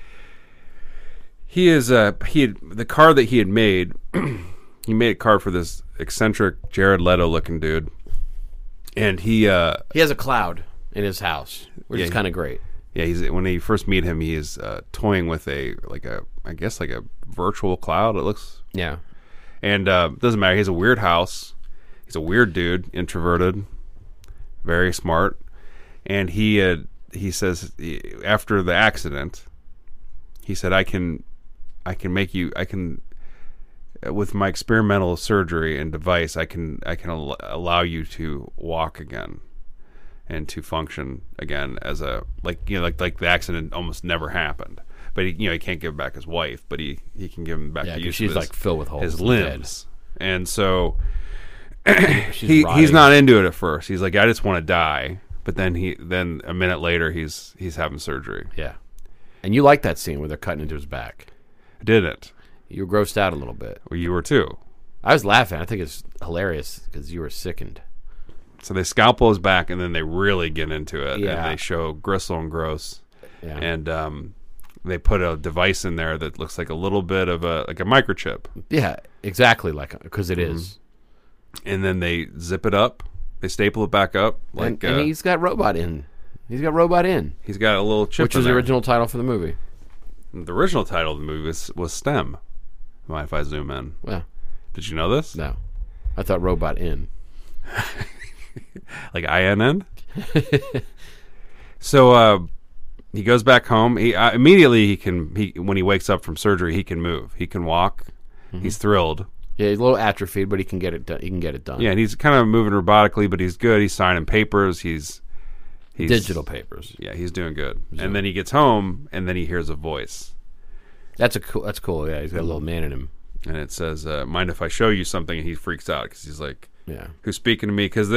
S4: he is uh he had, the car that he had made. he made a car for this eccentric Jared Leto looking dude, and he uh
S3: He has a cloud in his house, which
S4: Yeah,
S3: is
S4: he-
S3: kind of great.
S4: yeah he's when you first meet him he is uh, toying with a like a I guess like a virtual cloud. It looks
S3: Yeah.
S4: and uh, doesn't matter. He has a weird house. He's a weird dude, introverted, very smart, and he uh, he says he- after the accident, he said, "I can, I can make you, I can." uh, With my experimental surgery and device, I can I can al- allow you to walk again, and to function again as a like you know like like the accident almost never happened. But he, you know he can't give back his wife, but he he can give him back.
S3: Yeah,
S4: the
S3: 'cause
S4: use of
S3: she's
S4: his-
S3: like filled with holes.
S4: his
S3: and dead.
S4: limbs. And so
S3: She's
S4: he, he's
S3: rotting.
S4: not into it at first. He's like, I just want to die. But then he then a minute later he's he's having surgery.
S3: Yeah. And you like that scene where they're cutting into his back.
S4: Did it?
S3: You were grossed out a little bit.
S4: Well, you were too.
S3: I was laughing. I think it's hilarious because you were sickened.
S4: So they scalpel his back, and then they really get into it,
S3: Yeah.
S4: and they show gristle and gross,
S3: Yeah.
S4: and um, they put a device in there that looks like a little bit of a like a microchip,
S3: yeah, exactly like because it is.
S4: and then they zip it up, they staple it back up,
S3: and,
S4: like
S3: and
S4: uh,
S3: he's got robot in. He's got robot in,
S4: he's got a little chip.
S3: which
S4: in
S3: was the
S4: there.
S3: original title for the movie.
S4: The original title of the movie was, was STEM. Mind if I zoom in?
S3: Well,
S4: Did you know this?
S3: no, I thought robot in.
S4: Like INN? so uh, he goes back home. He uh, immediately he can he when he wakes up from surgery he can move. He can walk. He's thrilled.
S3: Yeah, he's a little atrophied, but he can get it done. He can get it done.
S4: Yeah, and he's kind of moving robotically, but he's good. He's signing papers. He's he's
S3: digital papers.
S4: Yeah, he's doing good. And then he gets home, and then he hears a voice,
S3: That's a cool. That's cool. Yeah, he's got a little man in him.
S4: and it says, uh, "Mind if I show you something?" And he freaks out because he's like,
S3: Yeah.
S4: who's speaking to me because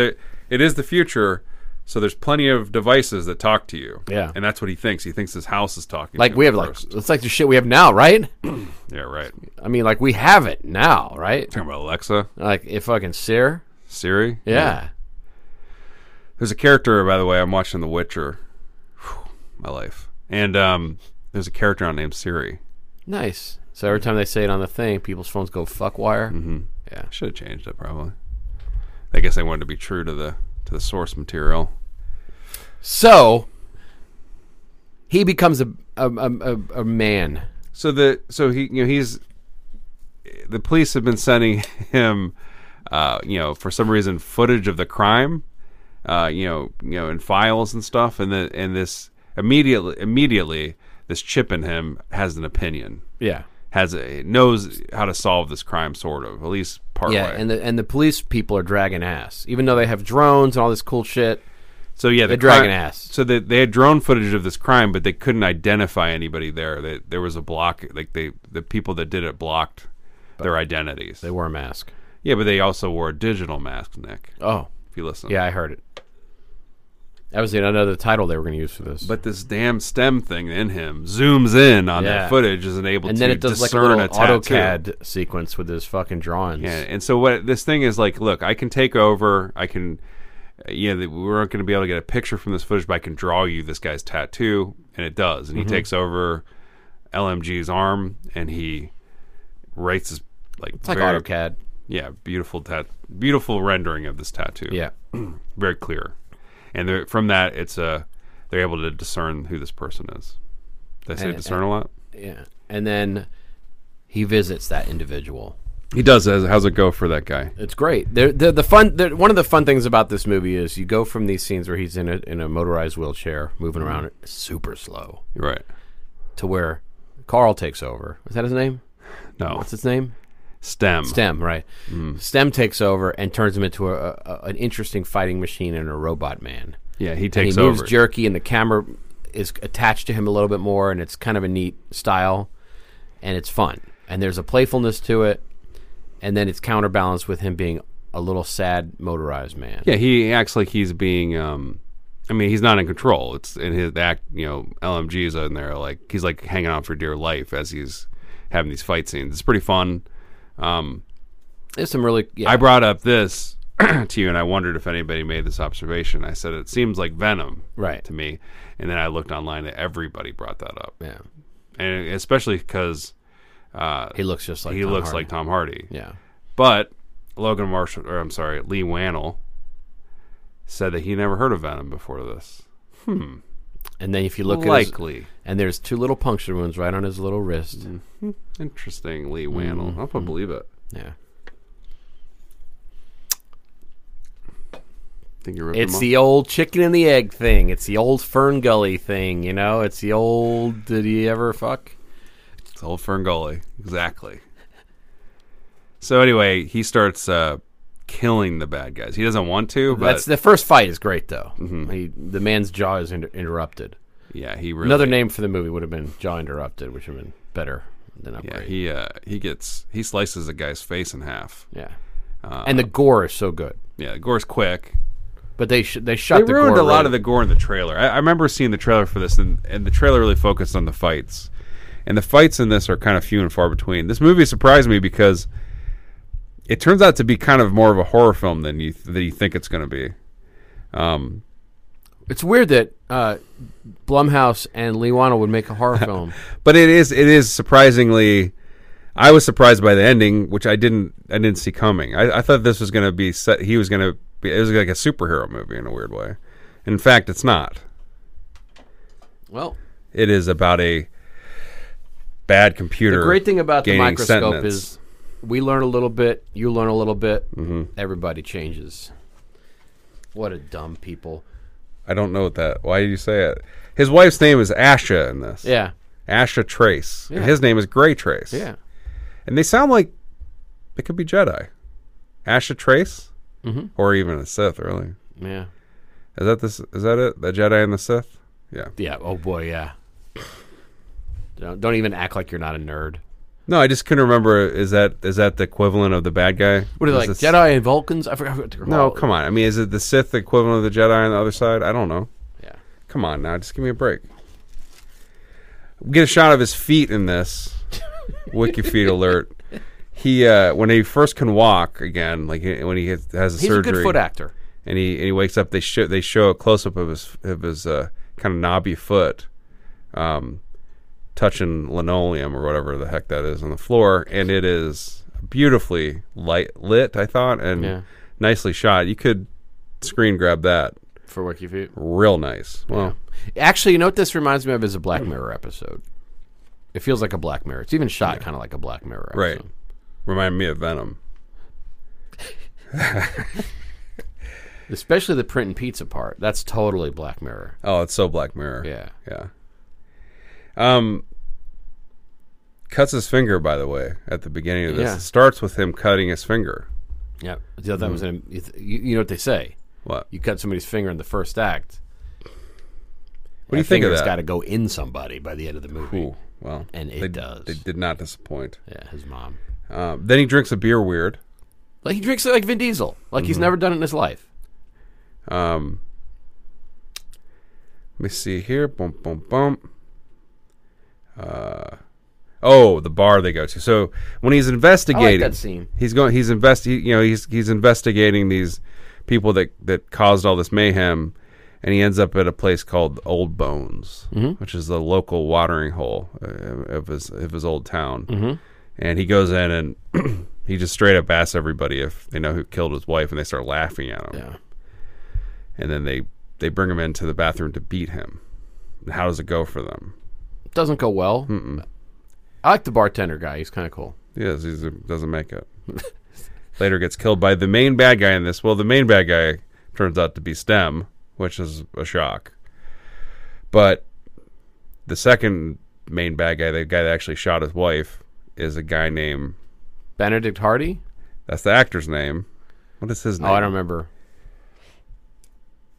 S4: it is the future. So there's plenty of devices that talk to you.
S3: Yeah.
S4: and that's what he thinks. He thinks his house is talking. to
S3: Like
S4: him
S3: we have like
S4: first.
S3: it's like the shit we have now, right?
S4: yeah, right.
S3: I mean, like we have it now, right?
S4: Talking about Alexa,
S3: Like if fucking Sir,
S4: Siri.
S3: yeah.
S4: There's a character, by the way, I'm watching The Witcher. Whew, my life. And um, there's a character on named Siri.
S3: nice. So every
S4: Mm-hmm.
S3: time they say it on the thing, people's phones go fuck wire.
S4: I should have changed it probably. I guess I wanted to be true to the to the source material.
S3: So he becomes a a, a, a, a man.
S4: So the so he you know he's the police have been sending him uh, you know for some reason footage of the crime uh, you know you know in files and stuff and the and this immediately immediately this chip in him has an opinion
S3: Yeah.
S4: has a knows how to solve this crime sort of at least part
S3: Yeah,
S4: way.
S3: and the and the police people are dragging ass, even though they have drones and all this cool shit.
S4: so yeah, the
S3: They're dragging
S4: crime-
S3: ass.
S4: So they they had drone footage of this crime, but they couldn't identify anybody there. They, there was a block, like they the people that did it blocked their identities.
S3: They wear a mask.
S4: yeah, but they also wore digital masks, Nick.
S3: Oh,
S4: If you listen,
S3: yeah, I heard it. That was another title they were going to use for this.
S4: But this damn stem thing in him zooms in on
S3: Yeah.
S4: that footage, isn't able
S3: and
S4: to
S3: then it does like a
S4: discern
S3: little
S4: a tattoo.
S3: AutoCAD sequence with his fucking drawings.
S4: Yeah, and so what this thing is like? Look, I can take over. I can, yeah, th- we're not going to be able to get a picture from this footage, but I can draw you this guy's tattoo, and it does. And
S3: Mm-hmm.
S4: he takes over LMG's arm, and he writes this like
S3: it's like AutoCAD.
S4: yeah, beautiful tat, beautiful rendering of this tattoo.
S3: Yeah,
S4: very clear. And there- from that, it's a they're able to discern who this person is. Did I say
S3: And-
S4: discern a lot?
S3: yeah. And then he visits that individual.
S4: He does. How's it go for that guy?
S3: It's great. They're, they're, the fun. They're, one of the fun things about this movie is you go from these scenes where he's in a in a motorized wheelchair moving around super slow
S4: Right.
S3: to where Carl takes over. Is that his name?
S4: No.
S3: What's his name?
S4: Stem.
S3: Stem, right?
S4: Mm.
S3: Stem takes over and turns him into a, a, an interesting fighting machine and a robot man.
S4: Yeah, he
S3: And he
S4: takes
S3: moves
S4: over.
S3: jerky, and the camera is attached to him a little bit more, and it's kind of a neat style, and it's fun, and there's a playfulness to it, and then it's counterbalanced with him being a little sad motorized man.
S4: Yeah, he acts like he's being. Um, I mean, he's not in control. It's in his the act. You know, LMG's in there. Like he's like hanging on for dear life as he's having these fight scenes. It's pretty fun.
S3: There's some really yeah,
S4: I brought up this to you, and I wondered if anybody made this observation. I said it seems like Venom,
S3: Right.
S4: to me. And then I looked online, and everybody brought that up,
S3: yeah.
S4: and especially because
S3: He looks just like
S4: he
S3: Tom
S4: looks
S3: Hardy.
S4: like Tom Hardy.
S3: yeah.
S4: But Logan Marshall, or I'm sorry, Lee Wannell, said that he never heard of Venom before this.
S3: And then if you look at his,
S4: Likely. Mm.
S3: and there's two little puncture wounds right on his little wrist.
S4: Interesting, Lee Wannell.
S3: Mm-hmm.
S4: I don't believe it.
S3: Yeah.
S4: Think you ripped
S3: It's
S4: him
S3: the old chicken and the egg thing. It's the old Fern Gully thing, you know? It's the old did he ever fuck?
S4: off? It's old Ferngully. Exactly. So anyway, he starts uh, killing the bad guys. He doesn't want to, but
S3: That's the first fight is great though.
S4: Mm-hmm.
S3: He, the man's jaw is inter- interrupted.
S4: yeah, he really
S3: Another name for the movie would have been Jaw Interrupted, which would have been better than
S4: Yeah,
S3: Upgrade. Yeah.
S4: he uh, he gets he slices a guy's face in half. Uh,
S3: and the gore is so good.
S4: Yeah, the gore's quick.
S3: But they sh- they shot
S4: they
S3: the
S4: ruined
S3: gore
S4: a lot
S3: really-
S4: of the gore in the trailer. I, I remember seeing the trailer for this, and, and the trailer really focused on the fights. And the fights in this are kind of few and far between. This movie surprised me because it turns out to be kind of more of a horror film than you than you think it's going to be.
S3: It's weird that uh, Blumhouse and Lee Wannell would make a horror film.
S4: But it is it is surprisingly. I was surprised by the ending, which I didn't I didn't see coming. I, I thought this was going to be set. He was going to be it was like a superhero movie in a weird way. In fact, it's not.
S3: Well,
S4: It is about a bad computer.
S3: the great thing about the
S4: gaining
S3: microscope
S4: sentience.
S3: is we learn a little bit, you learn a little bit,
S4: Mm-hmm.
S3: everybody changes. What a dumb people.
S4: I don't know what that. Why did you say it? His wife's name is Asha in this.
S3: Yeah.
S4: Asha Trace.
S3: Yeah.
S4: And his name is Gray Trace.
S3: Yeah.
S4: And they sound like they could be Jedi. Asha Trace, mm-hmm. or even a Sith. Really?
S3: Yeah.
S4: Is that this? Is that it? The Jedi and the Sith? Yeah.
S3: Yeah. Oh boy, yeah. Don't, don't even act like you're not a nerd.
S4: No, I just couldn't remember. Is that is that the equivalent of the bad guy?
S3: What are they
S4: Is
S3: like
S4: this-
S3: Jedi and Vulcans? I forgot what they're called.
S4: No, come on. I mean, is it the Sith equivalent of the Jedi on the other side? I don't know.
S3: Yeah.
S4: Come on now, just give me a break. Get a shot of his feet in this. Wiki feet alert. He uh, when he first can walk again, like he- when he gets- has a
S3: He's
S4: surgery,
S3: a good foot actor.
S4: and he and he wakes up. They show they show a close up of his of his uh, kind of knobby foot, um, touching linoleum or whatever the heck that is on the floor, and it is beautifully light lit. I thought and
S3: Yeah.
S4: nicely shot. You could screen grab that
S3: For Wiki Feet.
S4: real nice. Well,
S3: Actually, you know what this reminds me of is a Black Mirror episode. It feels like a Black Mirror. It's even shot kind of like a Black Mirror episode.
S4: right. Remind me of Venom.
S3: Especially the print and pizza part. That's totally Black Mirror.
S4: Oh, it's so Black Mirror.
S3: Yeah.
S4: Yeah. Um cuts his finger by the way at the beginning of this.
S3: Yeah.
S4: It starts with him cutting his finger.
S3: Yeah. The other was
S4: Mm.
S3: in, you, th- you you know what they say.
S4: What?
S3: You cut somebody's finger in the first act.
S4: What do you think of that?
S3: got to go in somebody by the end of the movie.
S4: Ooh, well,
S3: And it
S4: they,
S3: does.
S4: They did not disappoint.
S3: Yeah, his mom.
S4: Um, then he drinks a beer weird.
S3: Like he drinks it like Vin Diesel. Like
S4: Mm-hmm.
S3: he's never done it in his life.
S4: Um, let me see here. Bum, bum, bum. Uh, oh, the bar they go to. So when he's investigating,
S3: that scene.
S4: he's going. He's invest. He, you know, he's he's investigating these people that that caused all this mayhem, and he ends up at a place called Old Bones, which is the local watering hole uh, of his of his old town. Mm-hmm. And he goes in and he just straight up asks everybody if they know who killed his wife, and they start laughing at him
S3: Yeah.
S4: and then they they bring him into the bathroom to beat him. And how does it go for them?
S3: Doesn't go well. I like the bartender guy. He's kind of cool.
S4: Yes, he doesn't make it. Later gets killed by the main bad guy in this. Well, the main bad guy turns out to be Stem, which is a shock. But the second main bad guy, the guy that actually shot his wife, is a guy named
S3: Benedict Hardy?
S4: that's the actor's name. What is his name?
S3: Oh, I don't remember.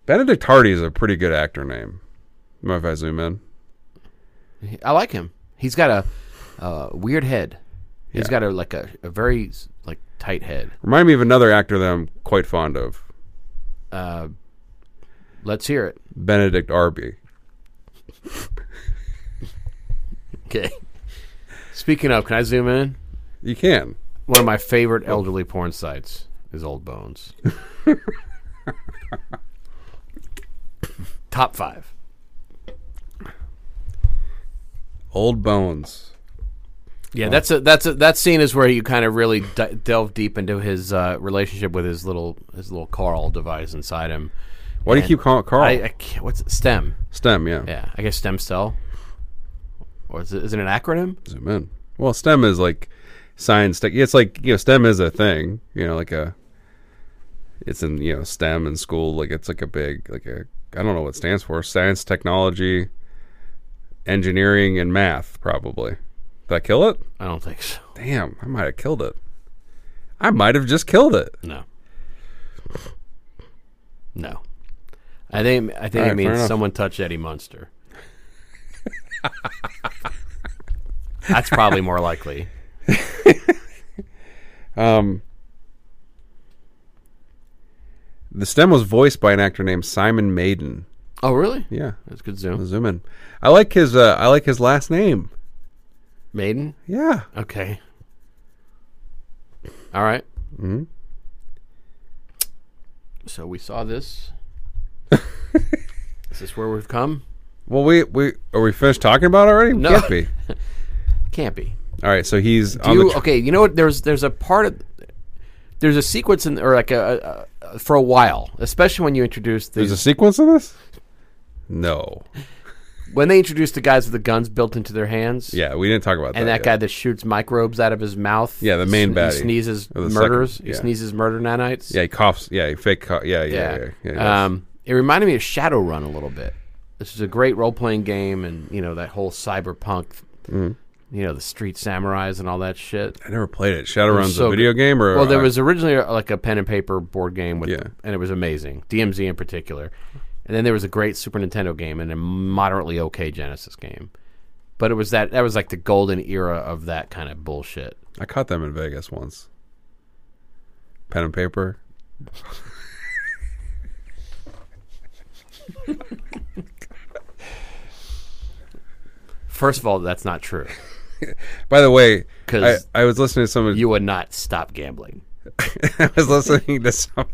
S4: Benedict Hardy is a pretty good actor name. Mind if I zoom in?
S3: I like him. He's got a uh, weird head. He's got a like a, a very like tight head.
S4: Remind me of another actor that I'm quite fond of,
S3: Let's hear it.
S4: Benedict Arby.
S3: Okay. Speaking of, can I zoom in?
S4: You can.
S3: One of my favorite elderly porn sites is Old Bones. Top five.
S4: Old bones.
S3: Yeah, that's a that's a that scene is where you kind of really d- delve deep into his uh, relationship with his little his little Carl device inside him.
S4: Why do you
S3: And
S4: keep calling it Carl?
S3: I, I can't, what's it? STEM?
S4: STEM, yeah.
S3: Yeah, I guess stem cell. Or is it, is it an acronym?
S4: Zoom in. Well, STEM is like science. Tech. It's like you know, STEM is a thing. You know, like a. It's in you know STEM in school. Like it's like a big like a I don't know what it stands for. Science, technology, engineering, and math. Probably. Did I kill it?
S3: I don't think so.
S4: Damn, I might have killed it. I might have just killed it.
S3: No. No. I think I think it
S4: All right, fair
S3: means
S4: enough.
S3: someone touched Eddie Munster. That's probably more likely.
S4: The STEM was voiced by an actor named Simon Maiden.
S3: Oh, really?
S4: Yeah,
S3: That's good zoom.
S4: zoom in. I like his. Uh, I like his last name.
S3: Maiden.
S4: Yeah,
S3: Okay. All right. Mm-hmm. So we saw this. Is this where we've come?
S4: Well, we we are we finished talking about it already? We
S3: No.
S4: Can't be.
S3: Can't be.
S4: All right, so he's
S3: Do
S4: on
S3: you,
S4: the. Tr-
S3: okay, you know what? There's there's a part of there's a sequence in or like a, a, a for a while, especially when you introduce
S4: There's a
S3: the
S4: sequence of this. No.
S3: when they introduce the guys with the guns built into their hands.
S4: Yeah, we didn't talk about
S3: And
S4: that.
S3: that guy that shoots microbes out of his mouth.
S4: Yeah, the main
S3: sn-
S4: baddie.
S3: He sneezes
S4: Or the
S3: murders.
S4: second,
S3: He
S4: yeah.
S3: sneezes murder nanites.
S4: Yeah, he coughs. Yeah, he fake. Cough, yeah, yeah, yeah. yeah, yeah, he does.
S3: um, it reminded me of Shadowrun a little bit. This is a great role playing game, and you know that whole cyberpunk,
S4: Mm.
S3: you know the street samurais and all that shit.
S4: I never played it. Shadowrun's
S3: so
S4: a video
S3: good.
S4: game, or
S3: Well, there
S4: uh,
S3: was originally uh, like a pen and paper board game with,
S4: Yeah.
S3: and it was amazing. DMZ in particular, and then there was a great Super Nintendo game and a moderately okay Genesis game, But it was that that was like the golden era of that kind of bullshit.
S4: I caught them in Vegas once. Pen and paper.
S3: First of all, that's not true.
S4: By the way,
S3: 'Cause
S4: I, I was listening to someone.
S3: You would not stop gambling.
S4: I was listening to some,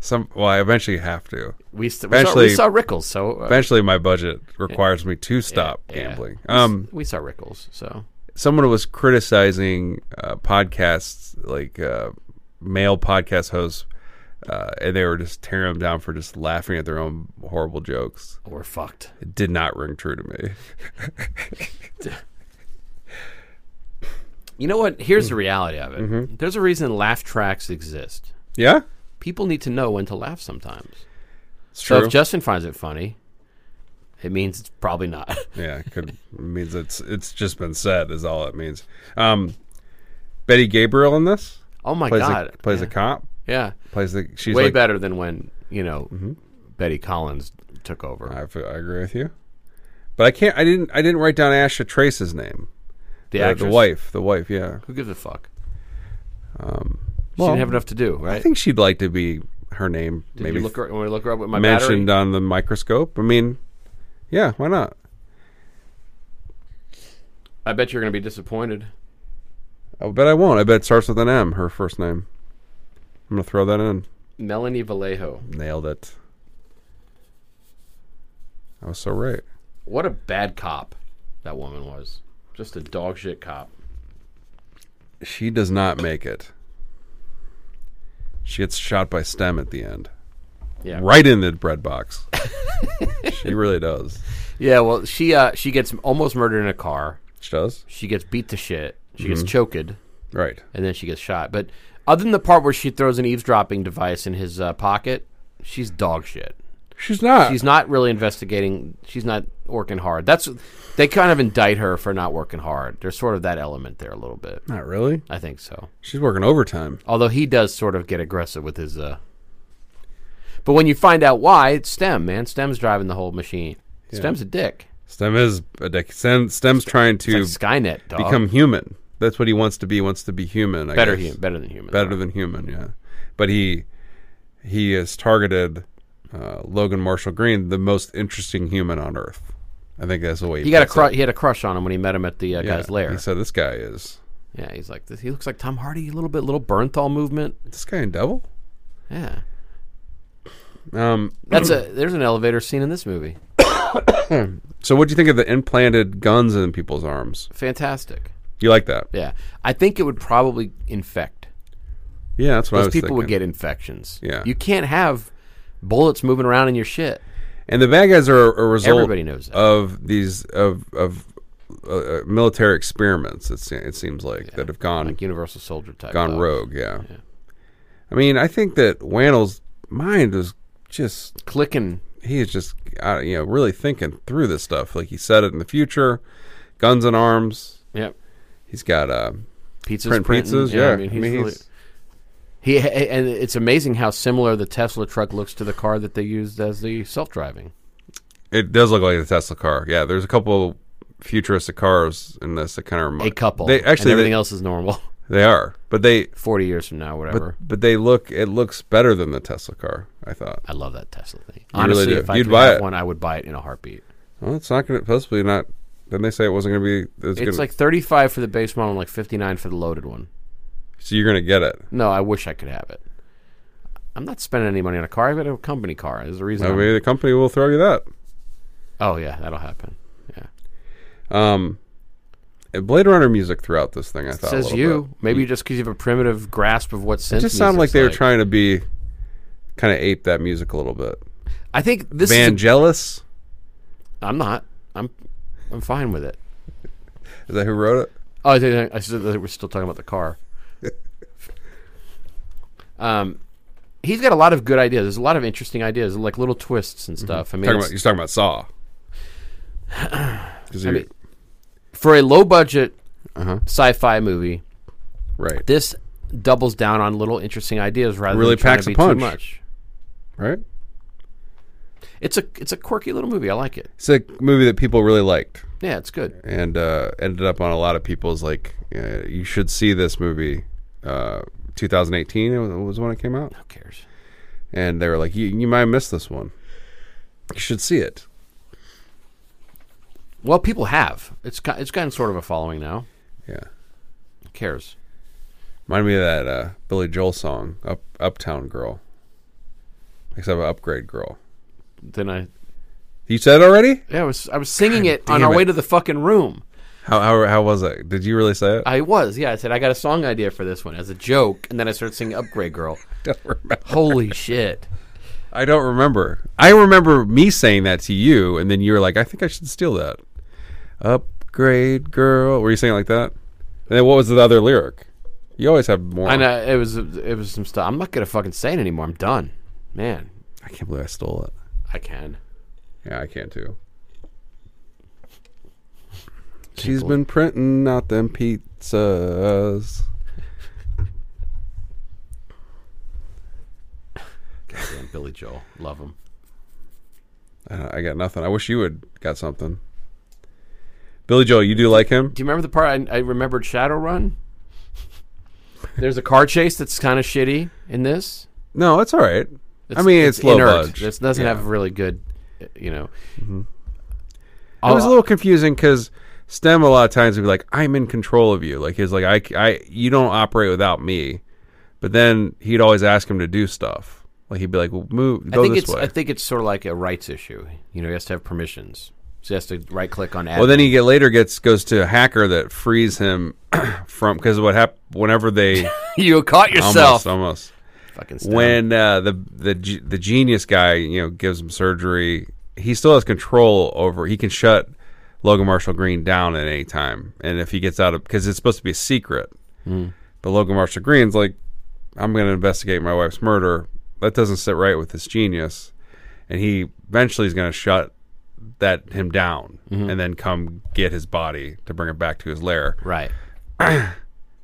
S4: some. Well, I eventually have to.
S3: We, st- we, saw, we
S4: Eventually-
S3: saw Rickles, so uh,
S4: Eventually, my budget requires me to stop
S3: yeah.
S4: gambling.
S3: We s-
S4: Um,
S3: we saw Rickles, so
S4: someone was criticizing uh, podcasts like uh, male podcast hosts, uh, and they were just tearing them down for just laughing at their own horrible jokes.
S3: we're fucked.
S4: It did not ring true to me.
S3: You know what? Here's
S4: Mm-hmm.
S3: the reality of it. There's a reason laugh tracks exist.
S4: Yeah,
S3: People need to know when to laugh sometimes.
S4: it's
S3: So
S4: true.
S3: if Justin finds it funny, it means it's probably not.
S4: yeah, it could it means it's it's just been said is all it means. Um, Betty Gabriel in this
S3: oh my
S4: plays
S3: god!
S4: a, plays
S3: yeah.
S4: a cop. Plays the she's
S3: way
S4: like, Mm-hmm.
S3: better than when you know Betty Collins took over.
S4: I, feel- I agree with you, but I can't. I didn't. I didn't write down Asha Trace's name. Uh,
S3: the
S4: The- the
S3: actress.
S4: wife. The wife. Yeah.
S3: Who gives a fuck? she
S4: Um, well,
S3: didn't have enough to do, right?
S4: I think she'd like to be her name
S3: Did
S4: maybe
S3: you look her, when we look her up with my
S4: mentioned
S3: mentioned.
S4: on the microscope. I mean, yeah, why not? uh,
S3: I bet you're going to be disappointed.
S4: I bet I won't. I bet it starts with an M, her first name. I'm gonna throw that in.
S3: Melanie Vallejo.
S4: Nailed it. I was so right.
S3: What a bad cop that woman was. Just a dog shit cop.
S4: She does not make it. She gets shot by stem at the end.
S3: Yeah.
S4: Right in the bread box. she really does.
S3: Yeah. Well, she uh, she gets almost murdered in a car.
S4: She does?
S3: She gets beat to shit. She
S4: Mm-hmm.
S3: gets choked.
S4: Right.
S3: and then she gets shot. But other than the part where she throws an eavesdropping device in his uh, pocket, she's dog shit.
S4: She's not.
S3: She's not really investigating. She's not working hard. That's they kind of indict her for not working hard. There's sort of that element there a little bit.
S4: not really.
S3: I think so.
S4: She's working overtime.
S3: Although he does sort of get aggressive with his. Uh... But when you find out why, it's STEM man. STEM's driving the whole machine. STEM's a dick.
S4: STEM is a dick. Stem, STEM's trying to
S3: It's like Skynet dog.
S4: become human. That's what he wants to be. He wants to be human. I
S3: better
S4: guess.
S3: human, better than human.
S4: Better than human. Yeah, but he he has targeted uh, Logan Marshall Green, the most interesting human on Earth. I think that's the way
S3: He got a
S4: puts it.
S3: cru- he had a crush on him when he met him at the uh,
S4: Yeah.
S3: guy's lair.
S4: He said, "This guy is
S3: Yeah, he's like this. He looks like Tom Hardy a little bit, little Bernthal movement.
S4: this guy in Devil." Hmm.
S3: Yeah,
S4: Um,
S3: that's a. There's an elevator scene in this movie.
S4: so, what do you think of the implanted guns in people's arms?
S3: Fantastic.
S4: You like that?
S3: Yeah, I think it would probably infect.
S4: Yeah, that's what I
S3: Those
S4: was
S3: people would
S4: thinking.
S3: get infections.
S4: Yeah.
S3: you can't have bullets moving around in your shit.
S4: And the bad guys are a result.
S3: Everybody knows that.
S4: of these of of uh, uh, military experiments. It, se- it seems like that have gone
S3: Like Universal Soldier type.
S4: gone
S3: dogs.
S4: rogue. Yeah. I mean, I think that Wannell's mind is just
S3: Clicking.
S4: he is just uh, you know really thinking through this stuff. Like he said it in the future, guns and arms.
S3: Yep.
S4: He's got uh,
S3: Pizzas.
S4: print
S3: printing.
S4: pizzas. Yeah,
S3: I mean, he's really-
S4: he's-
S3: he and it's amazing how similar the Tesla truck looks to the car that they used as the self-driving.
S4: it does look like a Tesla car. Yeah, there's a couple futuristic cars in this that kind of remind
S3: A couple.
S4: They
S3: and
S4: actually
S3: everything
S4: they,
S3: else is normal.
S4: they are, but they
S3: Forty years from now, whatever.
S4: but but they look it looks better than the Tesla car. I thought.
S3: I love that Tesla thing.
S4: You really
S3: Honestly,
S4: do.
S3: if I
S4: You'd
S3: could
S4: buy
S3: have
S4: it.
S3: one, I would buy it in a heartbeat.
S4: Well, it's not going to possibly not. Then they say it wasn't going to be. It's,
S3: It's
S4: gonna,
S3: like thirty-five for the base model, and like fifty-nine for the loaded one.
S4: so you're going to get it.
S3: No, I wish I could have it. I'm not spending any money on a car. I've got a company car. There's a reason.
S4: I
S3: I'm-
S4: mean, the company will throw you that.
S3: oh yeah, that'll happen. Yeah.
S4: Um, and Blade Runner music throughout this thing. I thought a
S3: Says
S4: little
S3: you.
S4: bit.
S3: Maybe just because you have a primitive grasp of what synth.
S4: It just sounded like
S3: music's
S4: they were trying to be kind of ape that music a little bit.
S3: I think this. Is
S4: Vangelis
S3: a, I'm not. I'm. I'm fine with it.
S4: is that who wrote it?
S3: Oh, I, think, I said that we're still talking about the car. um, he's got a lot of good ideas. There's a lot of interesting ideas, like little twists and stuff. I mean,
S4: Mm-hmm. Talking
S3: it's-
S4: about, you're talking about Saw. 'Cause you're-
S3: mean- for a low budget
S4: Uh-huh.
S3: sci-fi movie,
S4: right,
S3: this doubles down on little interesting ideas rather
S4: Really
S3: than trying
S4: packs
S3: to
S4: a
S3: be
S4: punch.
S3: too much.
S4: right.
S3: It's a it's a quirky little movie. I like it.
S4: It's a movie that people really liked
S3: Yeah, it's good.
S4: and uh, ended up on a lot of people's like, uh, you should see this movie. Uh, 2018 it was, was when it came out,
S3: Who cares?
S4: and they were like, you, you might miss this one. You should see it.
S3: Well, people have. It's got, it's gotten sort of a following now.
S4: Yeah.
S3: Who cares?
S4: Reminded me of that uh, Billy Joel song, Up Uptown Girl. Except an upgrade girl.
S3: Then I
S4: You said it already?
S3: yeah I was I was singing it on
S4: damn
S3: our way
S4: it.
S3: to the fucking room.
S4: How, how how was it? Did you really say it?
S3: I was yeah. I said I got a song idea for this one as a joke, and then I started singing Upgrade Girl.
S4: don't remember.
S3: Holy shit!
S4: I don't remember. I remember me saying that to you, and then you were like, "I think I should steal that." Upgrade girl. Were you saying it like that? And then what was the other lyric? You always have more.
S3: I know uh, it was it was some stuff. I'm not gonna fucking say it anymore. I'm done, man.
S4: I can't believe I stole it.
S3: I can.
S4: Yeah, I can too. She's been printing out them pizzas.
S3: Goddamn Billy Joel, love him.
S4: I, don't- Uh, I got nothing. I wish you would got something. Billy Joel, you do like him?
S3: Do you remember the part I, I remembered Shadowrun? There's a car chase that's kind of shitty in this.
S4: No, it's all right. I mean, it's, low budge.
S3: This doesn't
S4: Yeah. Mm-hmm.
S3: have really good, uh, you know.
S4: It was a
S3: I'll-
S4: little confusing because STEM a lot of times would be like, "I'm in control of you." Like he's like, "I, c- I- you don't operate without me." But then he'd always ask him to do stuff. Like he'd be like, well, "Move,
S3: I
S4: go
S3: think
S4: this
S3: it's
S4: way."
S3: I think it's sort of like a rights issue. You know, he has to have permissions. So he has to right click on. Admin.
S4: well, then he get later gets goes to a hacker that frees him from because what happened whenever they
S3: you caught yourself.
S4: almost almost.
S3: Fucking stab.
S4: when uh, the the ge- the genius guy you know gives him surgery, he still has control over. He can shut Logan Marshall Green down at any time, and if he gets out of because it's supposed to be a secret, but Logan Marshall Green's like, I'm going to investigate my wife's murder. That doesn't sit right with this genius, and he eventually is going to shut that him down, and then come get his body to bring it back to his lair.
S3: right.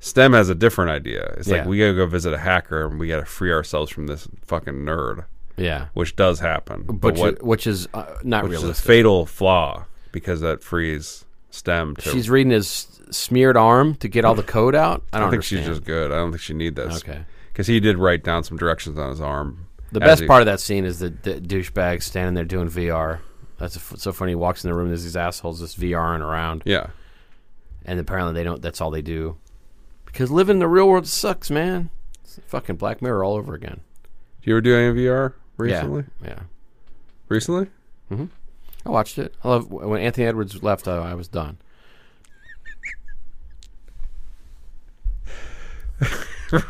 S4: STEM has a different idea. It's like
S3: Yeah.
S4: we gotta go visit a hacker and we gotta free ourselves from this fucking nerd,
S3: Yeah.
S4: which does happen.
S3: But
S4: what
S3: you- which is uh, not
S4: which is a
S3: realistic.
S4: fatal flaw because that frees STEM to.
S3: She's reading his smeared arm to get all the code out. I
S4: I
S3: don't
S4: think
S3: understand.
S4: she's just good. I don't think she need this.
S3: Okay.
S4: because he did write down some directions on his arm.
S3: The
S4: as
S3: best
S4: he-
S3: part of that scene is the, the douchebag standing there doing VR. That's f- so funny. He walks in the room. There's these assholes just VRing around,
S4: Yeah,
S3: and apparently they don't. That's all they do. Because living in the real world sucks, man. It's fucking Black Mirror all over again.
S4: you ever do any VR recently?
S3: Yeah, yeah.
S4: Recently,
S3: I watched it. I love when Anthony Edwards left. I, I was done.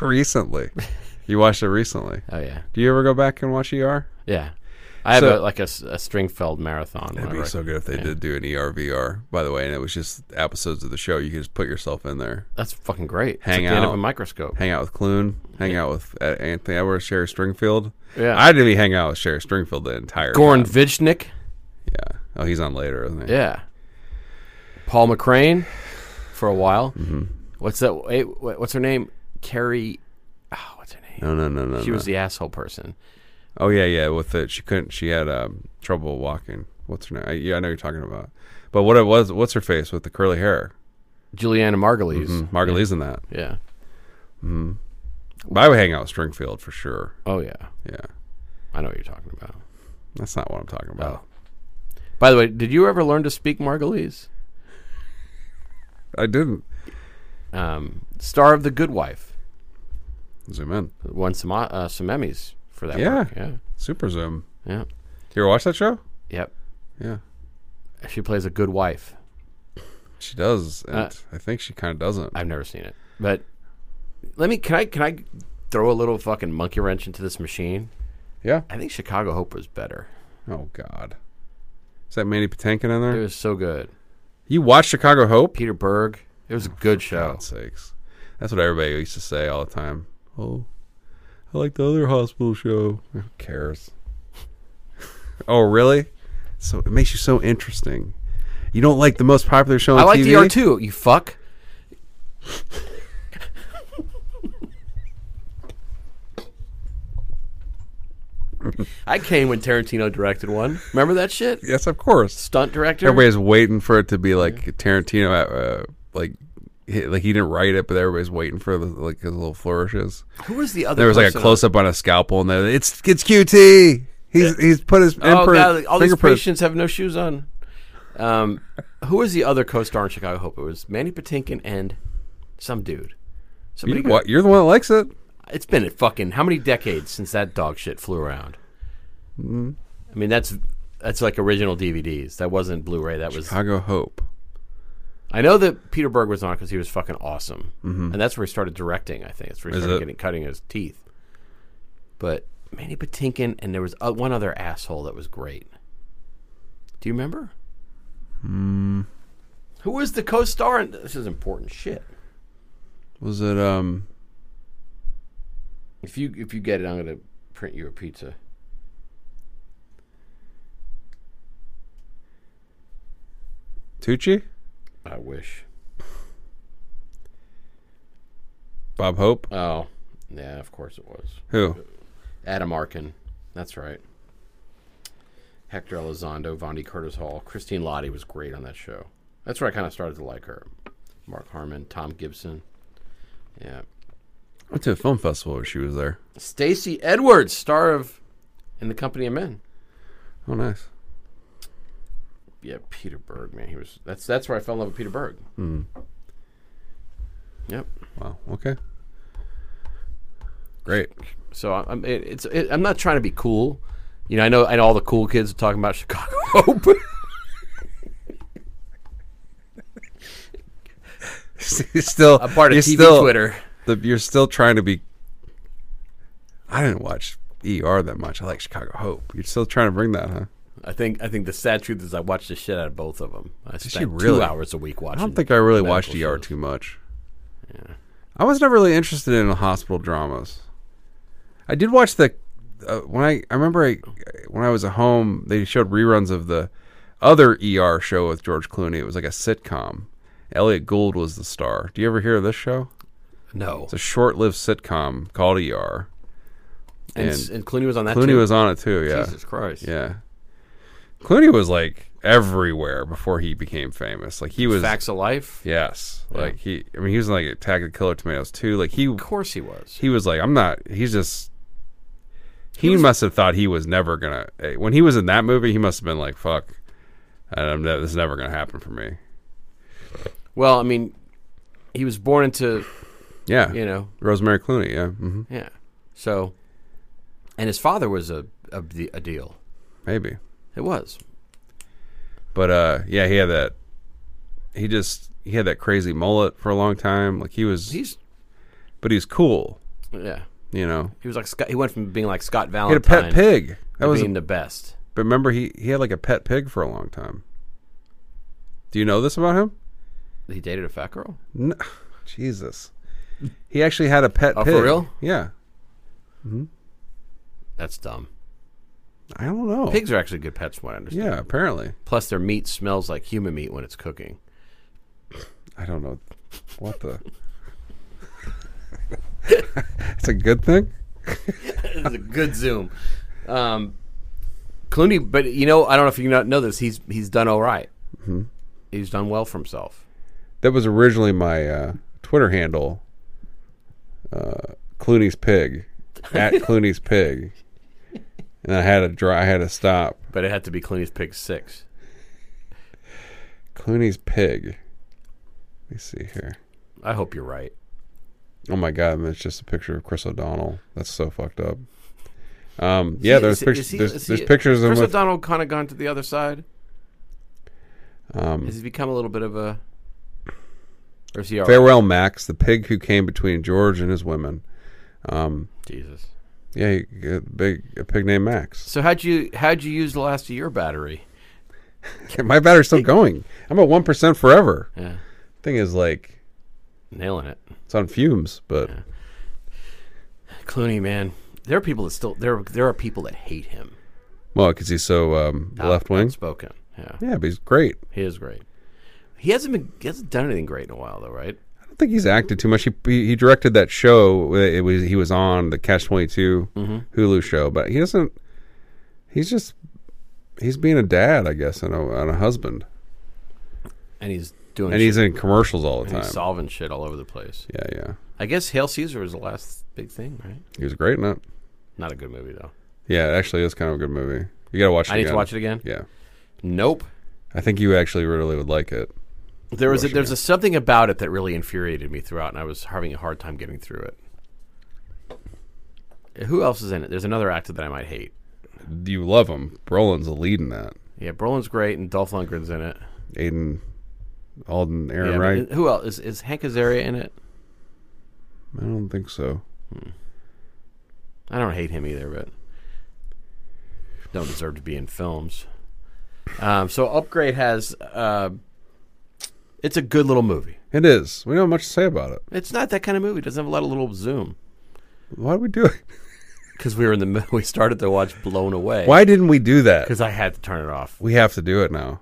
S4: recently, you watched it recently.
S3: Oh yeah,
S4: Do you ever go back and watch ER?
S3: yeah. I have a,
S4: So-
S3: like a, s- a Stringfeld marathon.
S4: It'd
S3: whenever
S4: be
S3: I-
S4: so good if they did do an ER VR, by the way, and it was just episodes of the show. You could just put yourself in there.
S3: That's fucking great.
S4: Hang
S3: it's like the end of
S4: out.
S3: a microscope.
S4: hang out with Clune, hang out with uh, Anthony Edwards, Sherry Stringfield.
S3: Yeah.
S4: I didn't even hang out with Sherry Stringfield the entire
S3: Goran
S4: time.
S3: Vijnik.
S4: Yeah. Oh, he's on later, isn't he?
S3: Yeah. Paul McCrane for a while.
S4: Mm-hmm.
S3: What's that? Wait, wait, what's her name? Carrie. Oh, what's her name?
S4: No, no, no, no.
S3: She
S4: no.
S3: was the asshole person.
S4: oh yeah, yeah. With the she couldn't. She had um, trouble walking. What's her name? I, yeah, I know you're talking about. But what it was? What's her face with the curly hair? Hmm,
S3: Juliana Margulies.
S4: Margulies in that.
S3: Yeah.
S4: But I would hang out with Stringfield for sure.
S3: Oh yeah.
S4: Yeah,
S3: I know what you're talking about.
S4: that's not what I'm talking about.
S3: Oh. By the way, did you ever learn to speak Margulies?
S4: I didn't
S3: Um, star of The Good Wife
S4: zoom in.
S3: won some o- uh, some Emmys for that.
S4: Yeah.
S3: work. Yeah.
S4: Super zoom.
S3: Yeah.
S4: You ever watch that show?
S3: Yep.
S4: Yeah,
S3: She plays a good wife.
S4: she does. And
S3: Uh,
S4: I think she kind of doesn't.
S3: I've never seen it. But let me can I can I throw a little fucking monkey wrench into this machine?
S4: yeah.
S3: I think Chicago Hope was better.
S4: Oh God, is that Manny Patinkin in
S3: It
S4: there?
S3: was so good.
S4: You watched Chicago Hope?
S3: Peter Berg. It was a good show.
S4: God's sakes, that's what everybody used to say all the time. Oh, I like the other hospital show. Who cares? oh, really? So it makes you so interesting. You don't like the most popular show on
S3: I liked
S4: TV?
S3: ER too. You fuck. I came when Tarantino directed one. Remember that shit?
S4: Yes, of course.
S3: Stunt director.
S4: Everybody's waiting for it to be like Tarantino, uh, like he, like he didn't write it, but everybody's waiting for the, like his little flourishes.
S3: Who was the other?
S4: There was like a
S3: person?
S4: close up on a scalpel, and then it's it's QT. He's he's put his
S3: Oh god!
S4: imprint-
S3: All these
S4: fingerprint-
S3: patients have no shoes on. Um, who was the other co-star in Chicago Hope? It was Manny Patinkin and some dude. Somebody.
S4: You,
S3: good.
S4: what, you're the one that likes it.
S3: It's been a fucking how many decades since that dog shit flew around?
S4: Mm-hmm.
S3: I mean, that's that's like original DVDs. That wasn't Blu-ray. That was.
S4: Chicago Hope.
S3: I know that Peter Berg was on because he was fucking awesome, and that's where he started directing. I think that's where he
S4: Mm-hmm. Is
S3: started
S4: it?
S3: getting cutting his teeth. But Manny Patinkin and there was uh, one other asshole that was great. Do you remember?
S4: Hmm.
S3: Who was the co-star? in- This is important shit.
S4: Was it um?
S3: If you if you get it, I'm gonna print you a pizza.
S4: Tucci?
S3: I wish.
S4: Bob Hope?
S3: Oh, yeah, of course it was.
S4: Who?
S3: Adam Arkin. That's right. Hector Elizondo, Vondi Curtis Hall. Christine Lottie was great on that show. That's where I kind of started to like her. Mark Harmon, Tom Gibson. Yeah.
S4: I went to a film festival where she was there.
S3: Stacy Edwards, star of In the Company of Men.
S4: Oh, nice.
S3: Yeah, Peter Berg, man. He was that's that's where I fell in love with Peter Berg. Yep.
S4: Wow. Okay. Great.
S3: So I- I'm it, it's it, I'm not trying to be cool. You know, I know I know all the cool kids are talking about Chicago Hope.
S4: You're still
S3: I'm part of
S4: you're
S3: TV
S4: still-
S3: Twitter.
S4: The, you're still trying to be. I didn't watch ER that much. I like Chicago Hope. You're still trying to bring that, huh?
S3: I think I think the sad truth is I watched the shit out of both of them. I spent
S4: really?
S3: two hours a week watching.
S4: I don't think I really
S3: medical
S4: watched ER
S3: shows.
S4: too much. I was never really interested in hospital dramas. I did watch the uh, when I I remember I, when I was at home they showed reruns of the other ER show with George Clooney. It was like a sitcom. Elliot Gould was the star. Do you ever hear of this show?
S3: No,
S4: It's a short-lived sitcom called ER.
S3: and,
S4: and
S3: and Clooney was on that.
S4: Clooney
S3: too.
S4: was on it too. Yeah,
S3: Jesus Christ.
S4: yeah. Clooney was like everywhere before he became famous. Like he was
S3: Facts of Life.
S4: Yes, like he. I mean, he was in, like Attack of the Killer Tomatoes too. Like he,
S3: Of course he was.
S4: he was like, I'm not. He's just. He, must have thought he was never gonna. eh, When he was in that movie, he must have been like, "Fuck, I don't know, this is never gonna happen for me."
S3: Well, I mean, he was born into
S4: Yeah,
S3: you know
S4: Rosemary Clooney. Yeah, hmm
S3: yeah. So, and his father was a a, de- a deal.
S4: maybe.
S3: It was.
S4: But uh, yeah, he had that. He just he had that crazy mullet for a long time. Like he was,
S3: He's
S4: but he's cool.
S3: yeah.
S4: You know,
S3: He was like Scott, he went from being like Scott
S4: he had a
S3: Valentine
S4: pet pig. That
S3: to
S4: was.
S3: being the best.
S4: but remember, he he had like a pet pig for a long time. Do you know this about him?
S3: He dated a fat girl.
S4: No, Jesus. He actually had a pet
S3: Oh, for
S4: pig.
S3: real?
S4: Yeah.
S3: That's dumb.
S4: I don't know.
S3: Pigs are actually good pets, from what I understand.
S4: Yeah, apparently.
S3: Plus, their meat smells like human meat when it's cooking.
S4: I don't know. What the? It's a good thing.
S3: It was a good zoom. Um, Clooney, but you know, I don't know if you not know this. He's he's done all right.
S4: Mm-hmm.
S3: He's done well for himself.
S4: That was originally my uh, Twitter handle. Uh, Clooney's pig, at Clooney's pig, and I had a dry. I had to stop.
S3: But it had to be Clooney's Pig Six.
S4: Clooney's pig. Let me see here.
S3: I hope you're right.
S4: Oh my god, and it's just a picture of Chris O'Donnell. That's so fucked up. Um, yeah, there's
S3: Is-
S4: pictures.
S3: is he-
S4: there's,
S3: is he-
S4: there's pictures of
S3: Chris
S4: him with
S3: O'Donnell kind of gone to the other side.
S4: Um,
S3: Has he become a little bit of a? Or is he all right?
S4: Farewell Max, the pig who came between George and his women.
S3: Jesus.
S4: Yeah, he, a big a pig named Max.
S3: So how'd you how'd you use the last of your battery?
S4: My battery's still going. I'm at one percent forever.
S3: Yeah,
S4: Thing is, like,
S3: nailing it.
S4: it's on fumes, but
S3: Clooney, man. There are people that still there. There are people that hate him.
S4: well, because he's so um, left wing.
S3: Spoken. Yeah.
S4: Yeah, but he's great.
S3: He is great. He hasn't been he hasn't done anything great in a while though, right?
S4: I don't think he's acted too much. He he, he
S3: Mm-hmm.
S4: directed that show. uh, It was he was on the Catch Twenty Two Hulu show, but he doesn't. He's just he's being a dad, I guess, and a, and a husband,
S3: and he's doing
S4: and
S3: shit.
S4: he's in commercials all the
S3: and
S4: time.
S3: he's solving shit all over the place.
S4: yeah, yeah.
S3: I guess Hail Caesar was the last big thing, right?
S4: He was great in it.
S3: Not a good movie though.
S4: Yeah, it actually is kind of a good movie. You gotta watch it.
S3: I need
S4: again.
S3: to watch it again.
S4: Yeah,
S3: Nope.
S4: I think you actually really would like it.
S3: There was a,
S4: Watch it
S3: there's a something about it that really infuriated me throughout, and I was having a hard time getting through it. Who else is in it? There's another actor that I might hate.
S4: You love him. Brolin's the lead in that.
S3: Yeah, Brolin's great, and Dolph Lundgren's in it.
S4: Aiden, Alden, Aaron
S3: Yeah, but
S4: Wright.
S3: Who else is, is Hank Azaria in it?
S4: I don't think so.
S3: I don't hate him either, but don't deserve to be in films. Um, so Upgrade has uh, it's a good little movie.
S4: It is. We don't have much to say about it.
S3: It's not that kind of movie. It doesn't have a lot of little zoom
S4: Why did we do it?
S3: because we were in the middle. We started to watch Blown Away.
S4: Why didn't we do that?
S3: Because I had to turn it off.
S4: We have to do it now.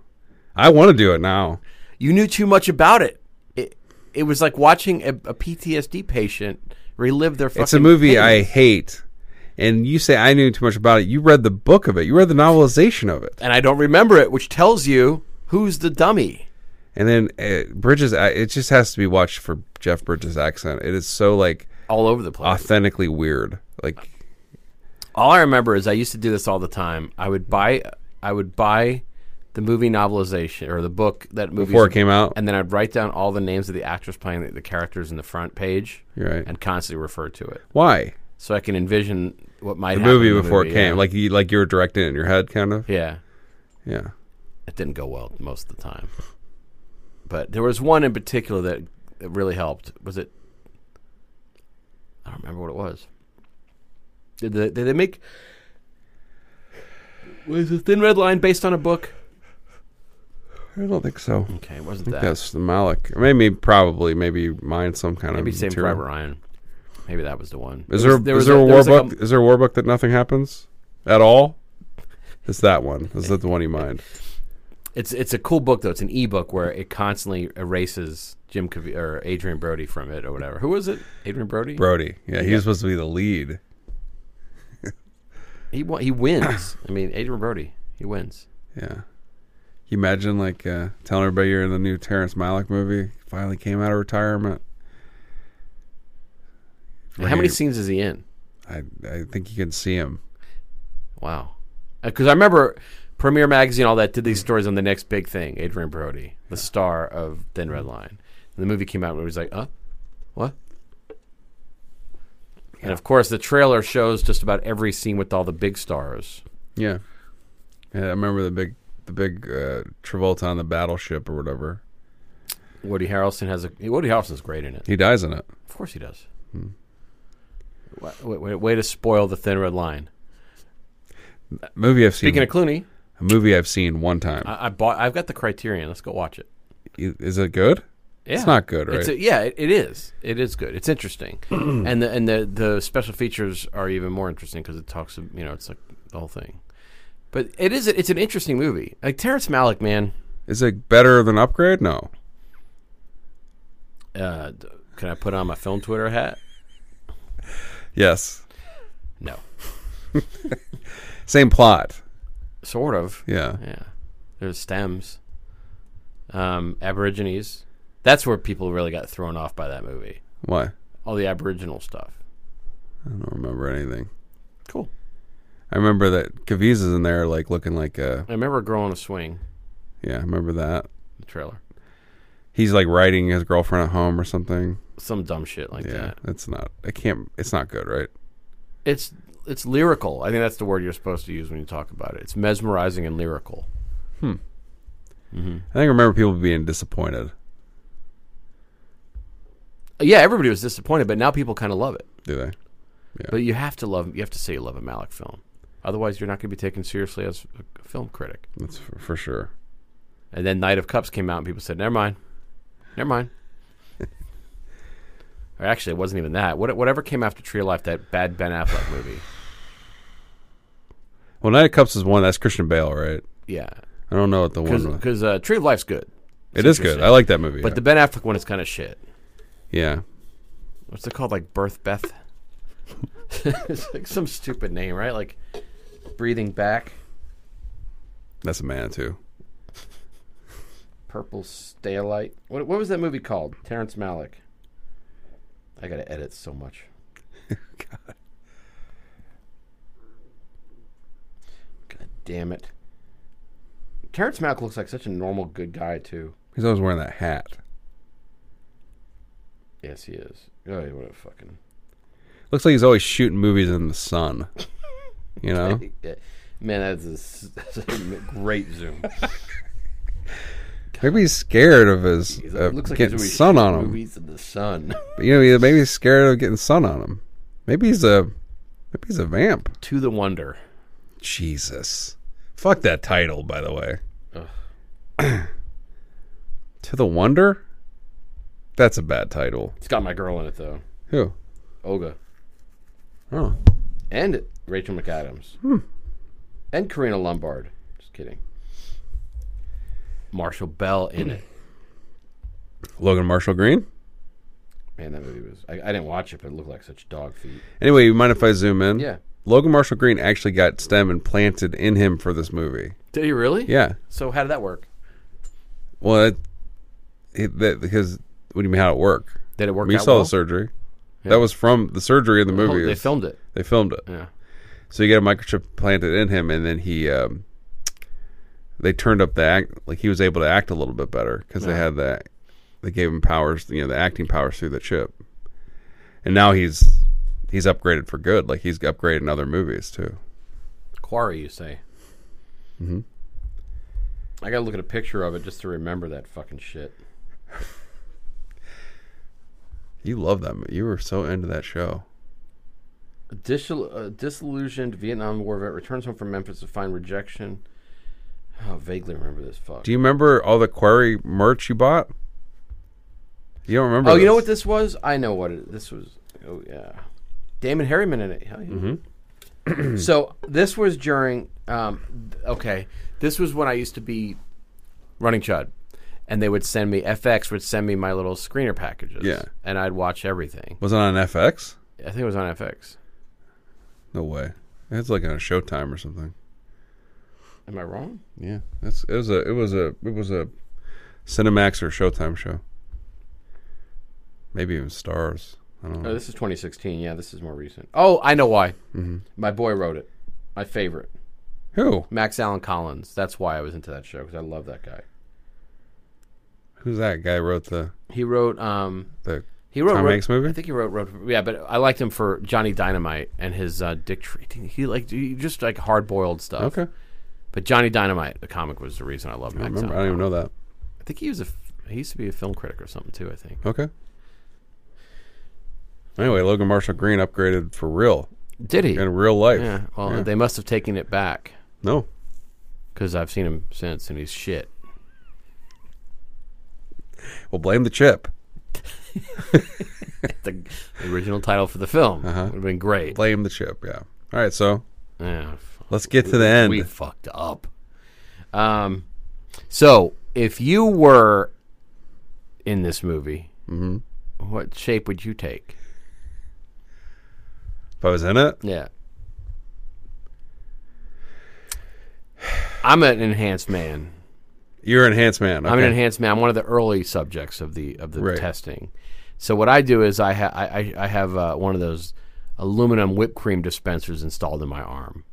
S4: I want to do it now.
S3: You knew too much about it. It it was like watching a, a PTSD patient relive their. Fucking
S4: It's a movie
S3: pain.
S4: I hate. And you say I knew too much about it. You read the book of it. You read the novelization of it.
S3: and I don't remember it, which tells you who's the dummy.
S4: And then uh, Bridges, I- it just has to be watched for Jeff Bridges' accent. It is so like
S3: All over the place.
S4: authentically weird. Like
S3: all I remember is I used to do this all the time. I would buy I would buy the movie novelization or the book that movie
S4: before it came out.
S3: and then I'd write down all the names of the actors playing the, the characters in the front page
S4: You're right.
S3: and constantly refer to it
S4: Why
S3: so I can envision what might
S4: the
S3: happen
S4: movie
S3: in the
S4: before
S3: movie,
S4: it came?
S3: yeah.
S4: Like you like you were directing it in your head, kind of.
S3: yeah
S4: Yeah.
S3: it didn't go well most of the time but there was one in particular that, that really helped was it I don't remember what it was did they, did they make was the Thin Red Line based on a book
S4: I don't think so.
S3: Okay, it wasn't that.
S4: That's the Malik. Maybe probably maybe mine some kind
S3: Maybe
S4: of
S3: Saving
S4: material.
S3: Private Ryan. Maybe that was the one.
S4: Is
S3: There
S4: there,
S3: was- there was
S4: is there a,
S3: there
S4: war
S3: was like
S4: book? is there a war book that nothing happens at all? It's that one. Is that the one you mind?
S3: It's it's a cool book though. It's an ebook where it constantly erases Jim Cavie- or Adrian Brody from it or whatever. Who was it? Adrian Brody.
S4: Brody. Yeah, he was supposed to be the lead.
S3: He won, he wins. I mean, Adrian Brody. He wins.
S4: Yeah. Can You imagine like uh, telling everybody you're in the new Terrence Malick movie. Finally came out of retirement.
S3: And How many
S4: Right.
S3: scenes is he in?
S4: I I think you can see him.
S3: Wow. Because I remember Premiere Magazine, all that did these stories on the next big thing. Adrian Brody, the star of Thin Red Line. And the movie came out and it was like, huh? What? And of course, the trailer shows just about every scene with all the big stars.
S4: Yeah. Yeah, I remember the big the big uh, Travolta on the battleship or whatever.
S3: Woody Harrelson has a Woody Harrelson's great in it.
S4: He dies in it.
S3: Of course he does. Wa- wa- wa- way to spoil the Thin Red Line.
S4: Movie I've seen.
S3: Speaking of Uh, Clooney,
S4: a movie I've seen one time.
S3: I, I bought. I've got the Criterion. Let's go watch it.
S4: Is it good?
S3: Yeah.
S4: It's not good,
S3: It's
S4: right?
S3: a- yeah, it, it is. It is good. It's interesting, and the and the the special features are even more interesting because it talks. of- You know, it's like the whole thing. But it is. It's an interesting movie. Like Terrence Malick, man.
S4: Is it better than Upgrade? No.
S3: Uh, d- can I put on my film Twitter hat?
S4: Yes.
S3: No,
S4: Same plot.
S3: sort of.
S4: Yeah.
S3: Yeah, there's stems, um, Aborigines. That's where people really got thrown off by that movie.
S4: Why?
S3: All the Aboriginal stuff.
S4: I don't remember anything.
S3: Cool.
S4: I remember that Kaviz is in there, like looking like a.
S3: I remember a girl on a swing.
S4: Yeah, I remember that.
S3: The trailer,
S4: He's like writing his girlfriend at home or something.
S3: some dumb shit like
S4: Yeah,
S3: that.
S4: that's not. I can't. It's not good, right?
S3: it's it's lyrical. I think that's the word you're supposed to use when you talk about it. It's mesmerizing and lyrical.
S4: I think I remember people being disappointed.
S3: Yeah, everybody was disappointed, but now people kind of love it.
S4: Do they?
S3: But you have to love you have to say you love a Malick film. Otherwise, you're not going to be taken seriously as a film critic.
S4: That's for, for sure.
S3: And then Knight of Cups came out, and people said, "Never mind, never mind." or actually, it wasn't even that. What, whatever came after Tree of Life, that bad Ben Affleck movie.
S4: Well, Knight of Cups is one. That's Christian Bale, right?
S3: Yeah,
S4: I don't know what the one. was.
S3: because uh, Tree of Life's good,
S4: It is good.
S3: interesting.
S4: I like that movie.
S3: but the Ben Affleck one is kind of shit.
S4: yeah.
S3: what's it called? Like birth Beth. it's like some stupid name, right? Like breathing back.
S4: That's a Manitou.
S3: Purple Staylight. What, what was that movie called? Terrence Malick. I gotta edit so much. God. damn it. Terrence Malick looks like such a normal good guy too.
S4: He's always wearing that hat.
S3: Yes, he is. Oh, yeah, what a fucking.
S4: Looks like he's always shooting movies in the sun. You know?
S3: Man, that's a s- that's a great zoom.
S4: Maybe he's scared of his
S3: He's
S4: uh,
S3: like- looks like he's
S4: getting
S3: always
S4: sun
S3: shooting
S4: on him.
S3: Movies in the sun.
S4: You know, either maybe he's scared of getting sun on him. Maybe he's a maybe he's a vamp.
S3: to the wonder.
S4: Jesus. Fuck that title, by the way.
S3: Ugh.
S4: to the Wonder? That's a bad title.
S3: It's got my girl in it though,
S4: Who?
S3: Olga,
S4: Oh.
S3: and Rachel McAdams, and Karina Lombard. Just kidding. Marshall Bell in it.
S4: Logan Marshall Green?
S3: Man, that movie was. I, I didn't watch it, but it looked like such dog feet.
S4: Anyway, you mind if I zoom in?
S3: Yeah.
S4: Logan Marshall Green actually got stem implanted in him for this movie.
S3: Did he really?
S4: Yeah.
S3: So how did that work?
S4: Well, it, it, that, because what do you mean how it work?
S3: Did it work?
S4: We
S3: out
S4: saw
S3: well?
S4: the surgery. That was from the surgery in the
S3: Oh,
S4: movie.
S3: they
S4: It's-
S3: filmed it.
S4: they filmed it.
S3: Yeah.
S4: So you get a microchip planted in him, and then he, um, they turned up the act. Like he was able to act a little bit better because they had that. They gave him powers, you know, the acting powers through the chip. And now he's he's upgraded for good. Like he's upgraded in other movies too.
S3: Quarry, you say? Mm-hmm. I gotta look at a picture of it just to remember that fucking shit.
S4: You love that. mo- You were so into that show.
S3: A dissol- a disillusioned Vietnam War vet returns home from Memphis to find rejection. Oh, I vaguely remember this fuck.
S4: Do you remember all the Quarry merch you bought? You don't remember?
S3: oh, you know what
S4: this?
S3: this was? I know what it, this was. Oh yeah, Damon Harriman in it. Hell yeah.
S4: Mm-hmm.
S3: so this was during. Um, th- okay, this was when I used to be running chud, and they would send me FX would send me my little screener packages.
S4: Yeah.
S3: and I'd watch everything.
S4: was it on FX?
S3: I think it was on FX.
S4: No way. It's like on Showtime or something.
S3: Am I wrong?
S4: Yeah, that's it was a it was a it was a Cinemax or Showtime show. Maybe even Stars. I don't know.
S3: Oh, this is 2016. Yeah, this is more recent. Oh, I know why.
S4: Mm-hmm.
S3: My boy wrote it. My favorite,
S4: Who?
S3: Max Allen Collins. That's why I was into that show because I love that guy.
S4: Who's that guy? Wrote the
S3: He wrote. Um,
S4: the
S3: he wrote.
S4: Tom
S3: wrote-
S4: Hanks movie?
S3: I think he wrote. Wrote. Yeah, but I liked him for Johnny Dynamite and his uh, Dick. Tre- He like he just like hard boiled stuff.
S4: okay.
S3: But Johnny Dynamite, the comic, was the reason I loved
S4: I
S3: Max.
S4: remember. I
S3: Allen
S4: don't even
S3: Collins.
S4: know that.
S3: I think he was a. f- He used to be a film critic or something too. I think.
S4: Okay. Anyway, Logan Marshall Green upgraded for real
S3: Did he?
S4: in real life.
S3: Yeah. Well, they must have taken it back
S4: No,
S3: because I've seen him since, and he's shit.
S4: well, blame the chip.
S3: the the original title for the film. Would have been great.
S4: Blame the chip. Yeah. All right. So
S3: Yeah, f-
S4: let's get to the end.
S3: we fucked up. Um, so if you were in this movie, what shape would you take?
S4: if I was in it,
S3: Yeah. I'm an enhanced man.
S4: you're an enhanced man. Okay.
S3: I'm an enhanced man. I'm one of the early subjects of the of the
S4: Right.
S3: testing. So what I do is I ha- I, I, I have uh, one of those aluminum whipped cream dispensers installed in my arm,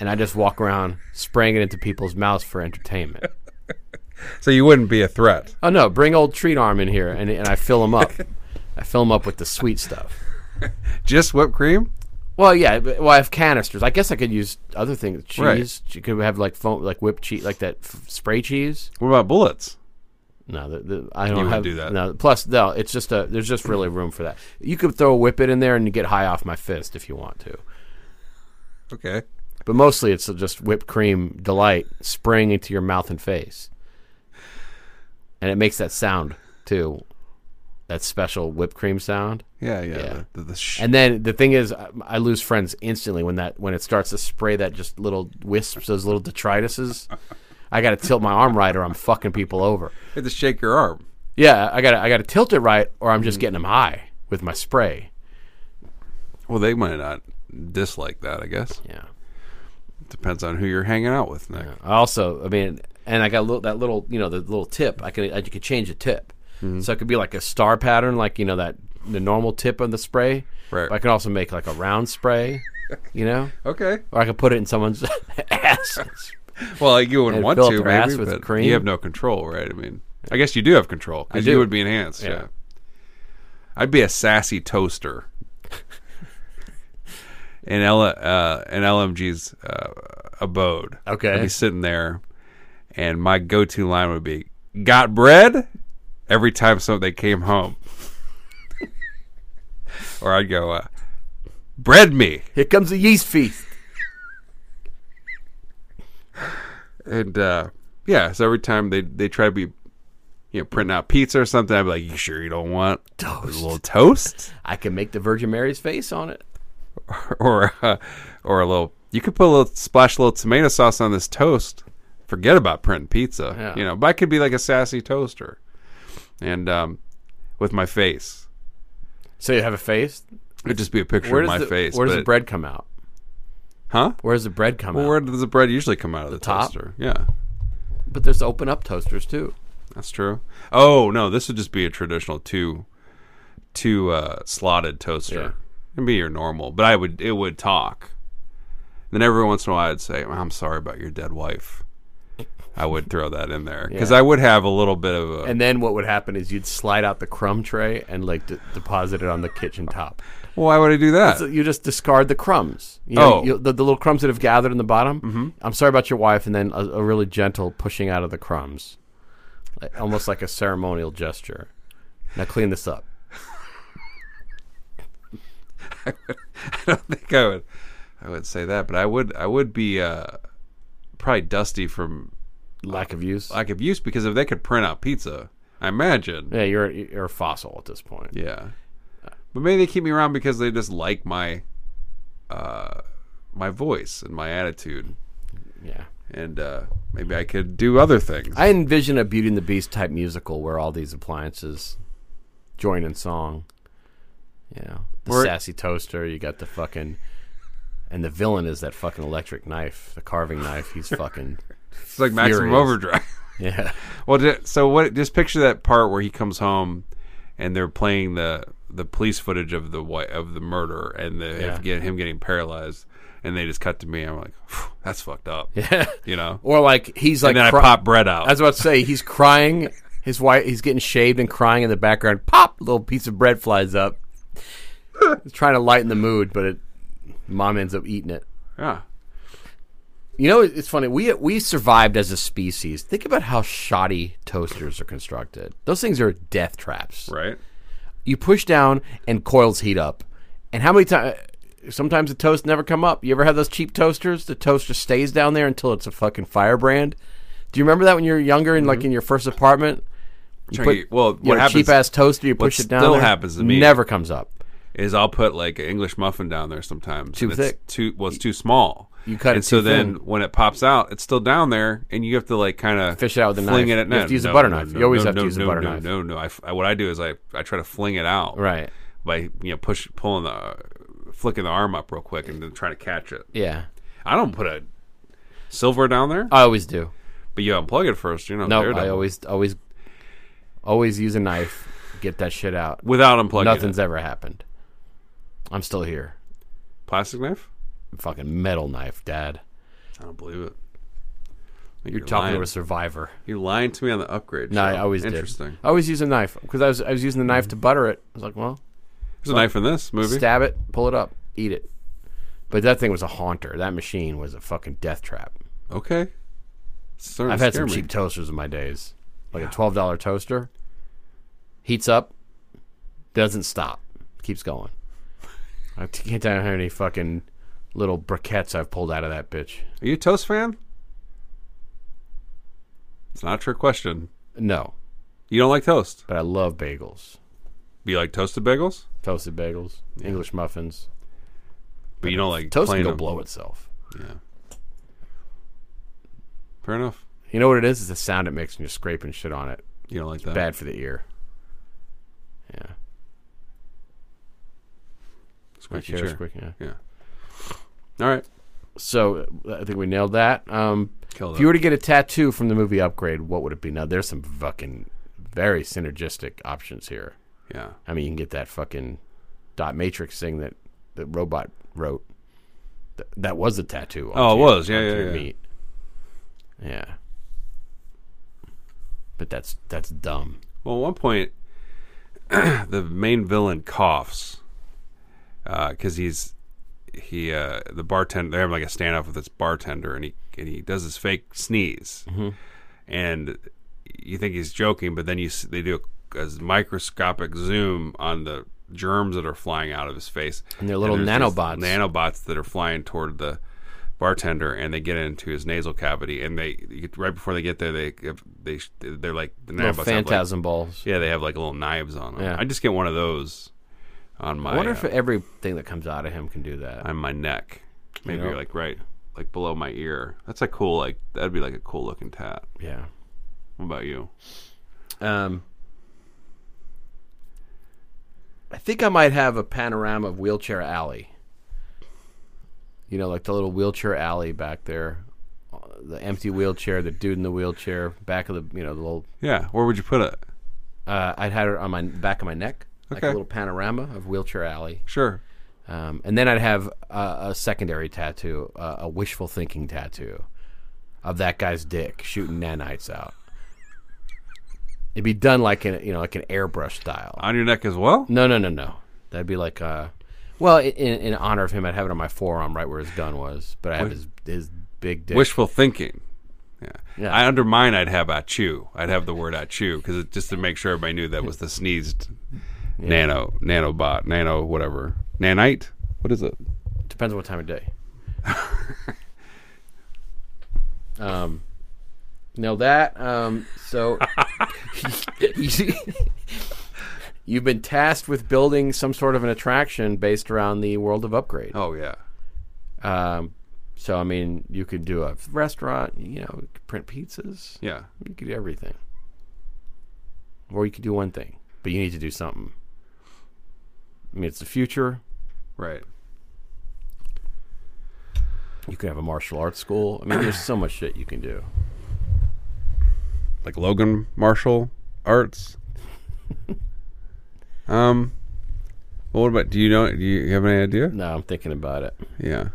S3: and I just walk around spraying it into people's mouths for entertainment.
S4: So you wouldn't be a threat.
S3: Oh no, bring old treat arm in here, and and I fill them up. I fill them up with the sweet stuff.
S4: Just whipped cream.
S3: Well, yeah. but- Well, I have canisters. I guess I could use other things. Cheese.
S4: Right.
S3: You could have like foam, like whipped cheese, like that f- spray cheese.
S4: What about bullets?
S3: No, the, the, I don't
S4: wouldn't
S3: have
S4: do that.
S3: No, plus no, it's just a there's just really room for that. You could throw a whippet in there and you get high off my fist if you want to,
S4: Okay.
S3: but mostly it's just whipped cream delight spraying into your mouth and face, and it makes that sound too, that special whipped cream sound.
S4: Yeah, yeah.
S3: Yeah.
S4: The, the, the sh-
S3: And then the thing is, I- I lose friends instantly when that when it starts to spray that just little wisps, those little detrituses. I got to tilt my arm right, or I'm fucking people over.
S4: you have to shake your arm.
S3: Yeah, I gotta I gotta tilt it right, or I'm
S4: Mm.
S3: just getting them high with my spray.
S4: Well, they might not dislike that, I guess.
S3: Yeah,
S4: Depends on who you're hanging out with, Nick.
S3: I also, I mean, and I got a little, that little, you know, the little tip. I could, I could change the tip,
S4: Mm-hmm.
S3: so it could be like a star pattern, like you know that the normal tip on the spray.
S4: Right.
S3: But I can also make like a round spray, you know,
S4: Okay.
S3: or I could put it in someone's ass.
S4: Well, like you wouldn't
S3: And
S4: want
S3: fill up
S4: to,
S3: their ass
S4: maybe,
S3: with
S4: but
S3: cream.
S4: you have no control, right? I mean, I guess you do have control because
S3: do.
S4: you would be enhanced. Yeah. I'd be a sassy toaster. in L- uh, in LMG's uh, abode.
S3: Okay.
S4: I'd be sitting there, and my go-to line would be, "Got bread?" Every time so they came home, or I'd go, uh, "Bread me."
S3: Here comes the yeast feast.
S4: and uh, yeah, so every time they they try to be, you know, printing out pizza or something, I'd be like, "You sure you don't want a little toast
S3: I can make the Virgin Mary's face on it.
S4: or uh, or a little? You could put a little splash, a little tomato sauce on this toast. Forget about printing pizza,
S3: Yeah.
S4: you know. But I could be like a sassy toaster, and um, with my face,
S3: So you have a face.
S4: it'd just be a picture of my
S3: the,
S4: face.
S3: Where does the
S4: but-
S3: bread come out?
S4: Huh?
S3: Where does the bread come
S4: Well,
S3: out?
S4: where does the bread usually come out of the,
S3: top?
S4: toaster? Yeah.
S3: But there's open up toasters too.
S4: That's true. Oh no, this would just be a traditional two, two uh, slotted toaster.
S3: Yeah.
S4: It'd be your normal, but I would it would talk. Then every once in a while, I'd say, "I'm sorry about your dead wife." I would throw that in there because
S3: Yeah.
S4: I would have a little bit of a
S3: And then what would happen is you'd slide out the crumb tray and like d- deposit it on the kitchen top.
S4: well, why would I do that?
S3: So you just discard the crumbs. You know,
S4: Oh.
S3: you- the, the little crumbs that have gathered in the bottom. Mm-hmm. I'm sorry about your wife, and then a, a really gentle pushing out of the crumbs, like, almost like a ceremonial gesture. Now clean this up.
S4: I don't think I would. I would say that, but I would. I would be uh, probably dusty from
S3: Lack of use.
S4: lack of use because if they could print out pizza, I imagine.
S3: yeah, you're you're a fossil at this point.
S4: Yeah. But maybe they keep me around because they just like my uh my voice and my attitude
S3: Yeah.
S4: and uh maybe I could do other things.
S3: I envision a Beauty and the Beast type musical where all these appliances join in song. You know, the
S4: Or-
S3: sassy toaster. You got the fucking, and the villain is that fucking electric knife, the carving knife. He's fucking
S4: it's like maximum
S3: furious.
S4: overdrive.
S3: yeah.
S4: well, ju- so what just picture that part where he comes home and they're playing the the police footage of the wi- of the murder and the
S3: Yeah.
S4: him, get- him getting paralyzed and they just cut to me I'm like "Phew, that's fucked up.
S3: Yeah.
S4: You know.
S3: Or like he's like
S4: and then
S3: cry-
S4: I pop bread out.
S3: I was about to say he's crying. His wife, he's getting shaved and crying in the background. Pop, little piece of bread flies up. It's trying to lighten the mood, but it, mom ends up eating it.
S4: yeah.
S3: You know, it's funny. We we survived as a species. Think about how shoddy toasters are constructed. Those things are death traps.
S4: Right.
S3: You push down and coils heat up. And how many times? Sometimes the toast never come up. You ever have those cheap toasters? The toaster stays down there until it's a fucking firebrand. Do you remember that when you were younger and like in your first apartment?
S4: Mm-hmm. Trying
S3: put-
S4: to get- well,
S3: You had
S4: what
S3: a
S4: happens
S3: cheap ass toaster, you
S4: what
S3: push it down.
S4: still
S3: there,
S4: happens to me-
S3: Never comes up.
S4: is I'll put like an English muffin down there sometimes.
S3: Too
S4: and it's
S3: thick.
S4: Too well, it's too small.
S3: You cut
S4: and
S3: it
S4: so
S3: too
S4: then
S3: thin.
S4: when it pops out, it's still down there, and you have to like kind of
S3: Fish it out with a
S4: fling
S3: knife.
S4: It at
S3: You have
S4: no,
S3: to use a
S4: no,
S3: butter
S4: no,
S3: knife.
S4: no,
S3: You always
S4: no,
S3: have to
S4: no,
S3: use a
S4: no,
S3: butter
S4: no,
S3: knife.
S4: No, no, I f- I- what I do is I I try to fling it out
S3: Right.
S4: by you know push pulling the flicking the arm up real quick and then trying to catch it.
S3: Yeah.
S4: I don't put a silver down there,
S3: I always do.
S4: but you unplug it first. You know,
S3: Uh, No,
S4: daredevil.
S3: I always always always use a knife, get that shit out.
S4: without unplugging
S3: Nothing's
S4: it.
S3: ever happened. I'm still here.
S4: plastic knife.
S3: Fucking metal knife, dad.
S4: I don't believe it.
S3: You're, talking
S4: lying.
S3: to a survivor.
S4: You're lying to me on the upgrade.
S3: No, I
S4: show.
S3: always did.
S4: interesting.
S3: I always use a knife because I was I was using the knife to butter it. I was like, well,
S4: There's a knife in this movie.
S3: stab it, pull it up, eat it. But that thing was a haunter. That machine was a fucking death trap.
S4: Okay. It's starting to
S3: I've had
S4: scare
S3: some
S4: me.
S3: cheap toasters in my days. Like a twelve dollar toaster. Heats up, doesn't stop, keeps going. I t- can't tell you how many fucking little briquettes I've pulled out of that bitch.
S4: Are you a toast fan? It's not a trick question.
S3: No,
S4: You don't like toast.
S3: but I love bagels,
S4: You like toasted bagels,
S3: toasted bagels, English muffins.
S4: but you don't like
S3: Toast
S4: plain
S3: can go
S4: them.
S3: blow itself.
S4: Yeah. Fair enough.
S3: You know what it is? It's the sound it makes when you're scraping shit on it.
S4: You don't like that.
S3: Bad for the ear. Yeah,
S4: Squeaky
S3: chair
S4: chair.
S3: squeaking, yeah.
S4: Yeah. All right.
S3: So uh, I think we nailed that. Um,
S4: Killed
S3: if
S4: it.
S3: you were to get a tattoo from the movie Upgrade, what would it be? Now there's some fucking very synergistic options here.
S4: Yeah.
S3: I mean, you can get that fucking dot matrix thing that the robot wrote. Th- that was a tattoo.
S4: Oh, it
S3: onto-
S4: was. Yeah,
S3: onto
S4: yeah,
S3: your
S4: yeah.
S3: meat. Yeah. But that's that's dumb.
S4: Well, at one point, the main villain coughs because he's he uh, the bartender. They're having like a standoff with this bartender, and he and he does this fake sneeze,
S3: Mm-hmm.
S4: and you think he's joking, but then you s- they do a, a microscopic zoom on the germs that are flying out of his face,
S3: And they're little
S4: there's these
S3: nanobots.
S4: nanobots that are flying toward the bartender, and they get into his nasal cavity, and they you- right before they get there, they they they're like the nanobots
S3: Little
S4: have, like,
S3: phantasm balls.
S4: yeah, they have like little knives on them.
S3: Yeah.
S4: I just get one of those on my
S3: I wonder
S4: uh,
S3: if everything that comes out of him can do that.
S4: on my neck, maybe
S3: Yeah.
S4: like right like below my ear. That's a cool like that'd be like a cool looking tat.
S3: yeah.
S4: What about you?
S3: Um, I think I might have a panorama of wheelchair alley. You know, like the little wheelchair alley back there, uh, the empty wheelchair, the dude in the wheelchair, back of the you know the little.
S4: Yeah, where would you put it?
S3: Uh, I'd had it on my back of my neck, like a
S4: Okay.
S3: little panorama of wheelchair alley,
S4: Sure.
S3: um, and then I'd have a, a secondary tattoo, uh, a wishful thinking tattoo, of that guy's dick shooting nanites out. It'd be done like an you know like an airbrush style.
S4: On your neck as well?
S3: No, no, no, no. That'd be like, uh, well, i- in, in honor of him, I'd have it on my forearm, right where his gun was. But I have his his big dick.
S4: Wishful thinking. Yeah.
S3: Yeah.
S4: I under mine I'd have at you. I'd have the word at you because just to make sure everybody knew that was the sneezed nano nanobot, nano whatever. Nanite? What is it?
S3: Depends on what time of day. um, no, that. Um, so you've been tasked with building some sort of an attraction based around the world of upgrade.
S4: Oh yeah.
S3: Um, so I mean, you could do a restaurant. You know, you could print pizzas.
S4: Yeah.
S3: You could do everything. Or you could do one thing, but you need to do something. I mean, it's the future.
S4: Right.
S3: You could have a martial arts school. I mean, there's so much shit you can do.
S4: like Logan Martial Arts. um, well, what about? Do you know? Do you have any idea?
S3: No, I'm thinking about it.
S4: Yeah.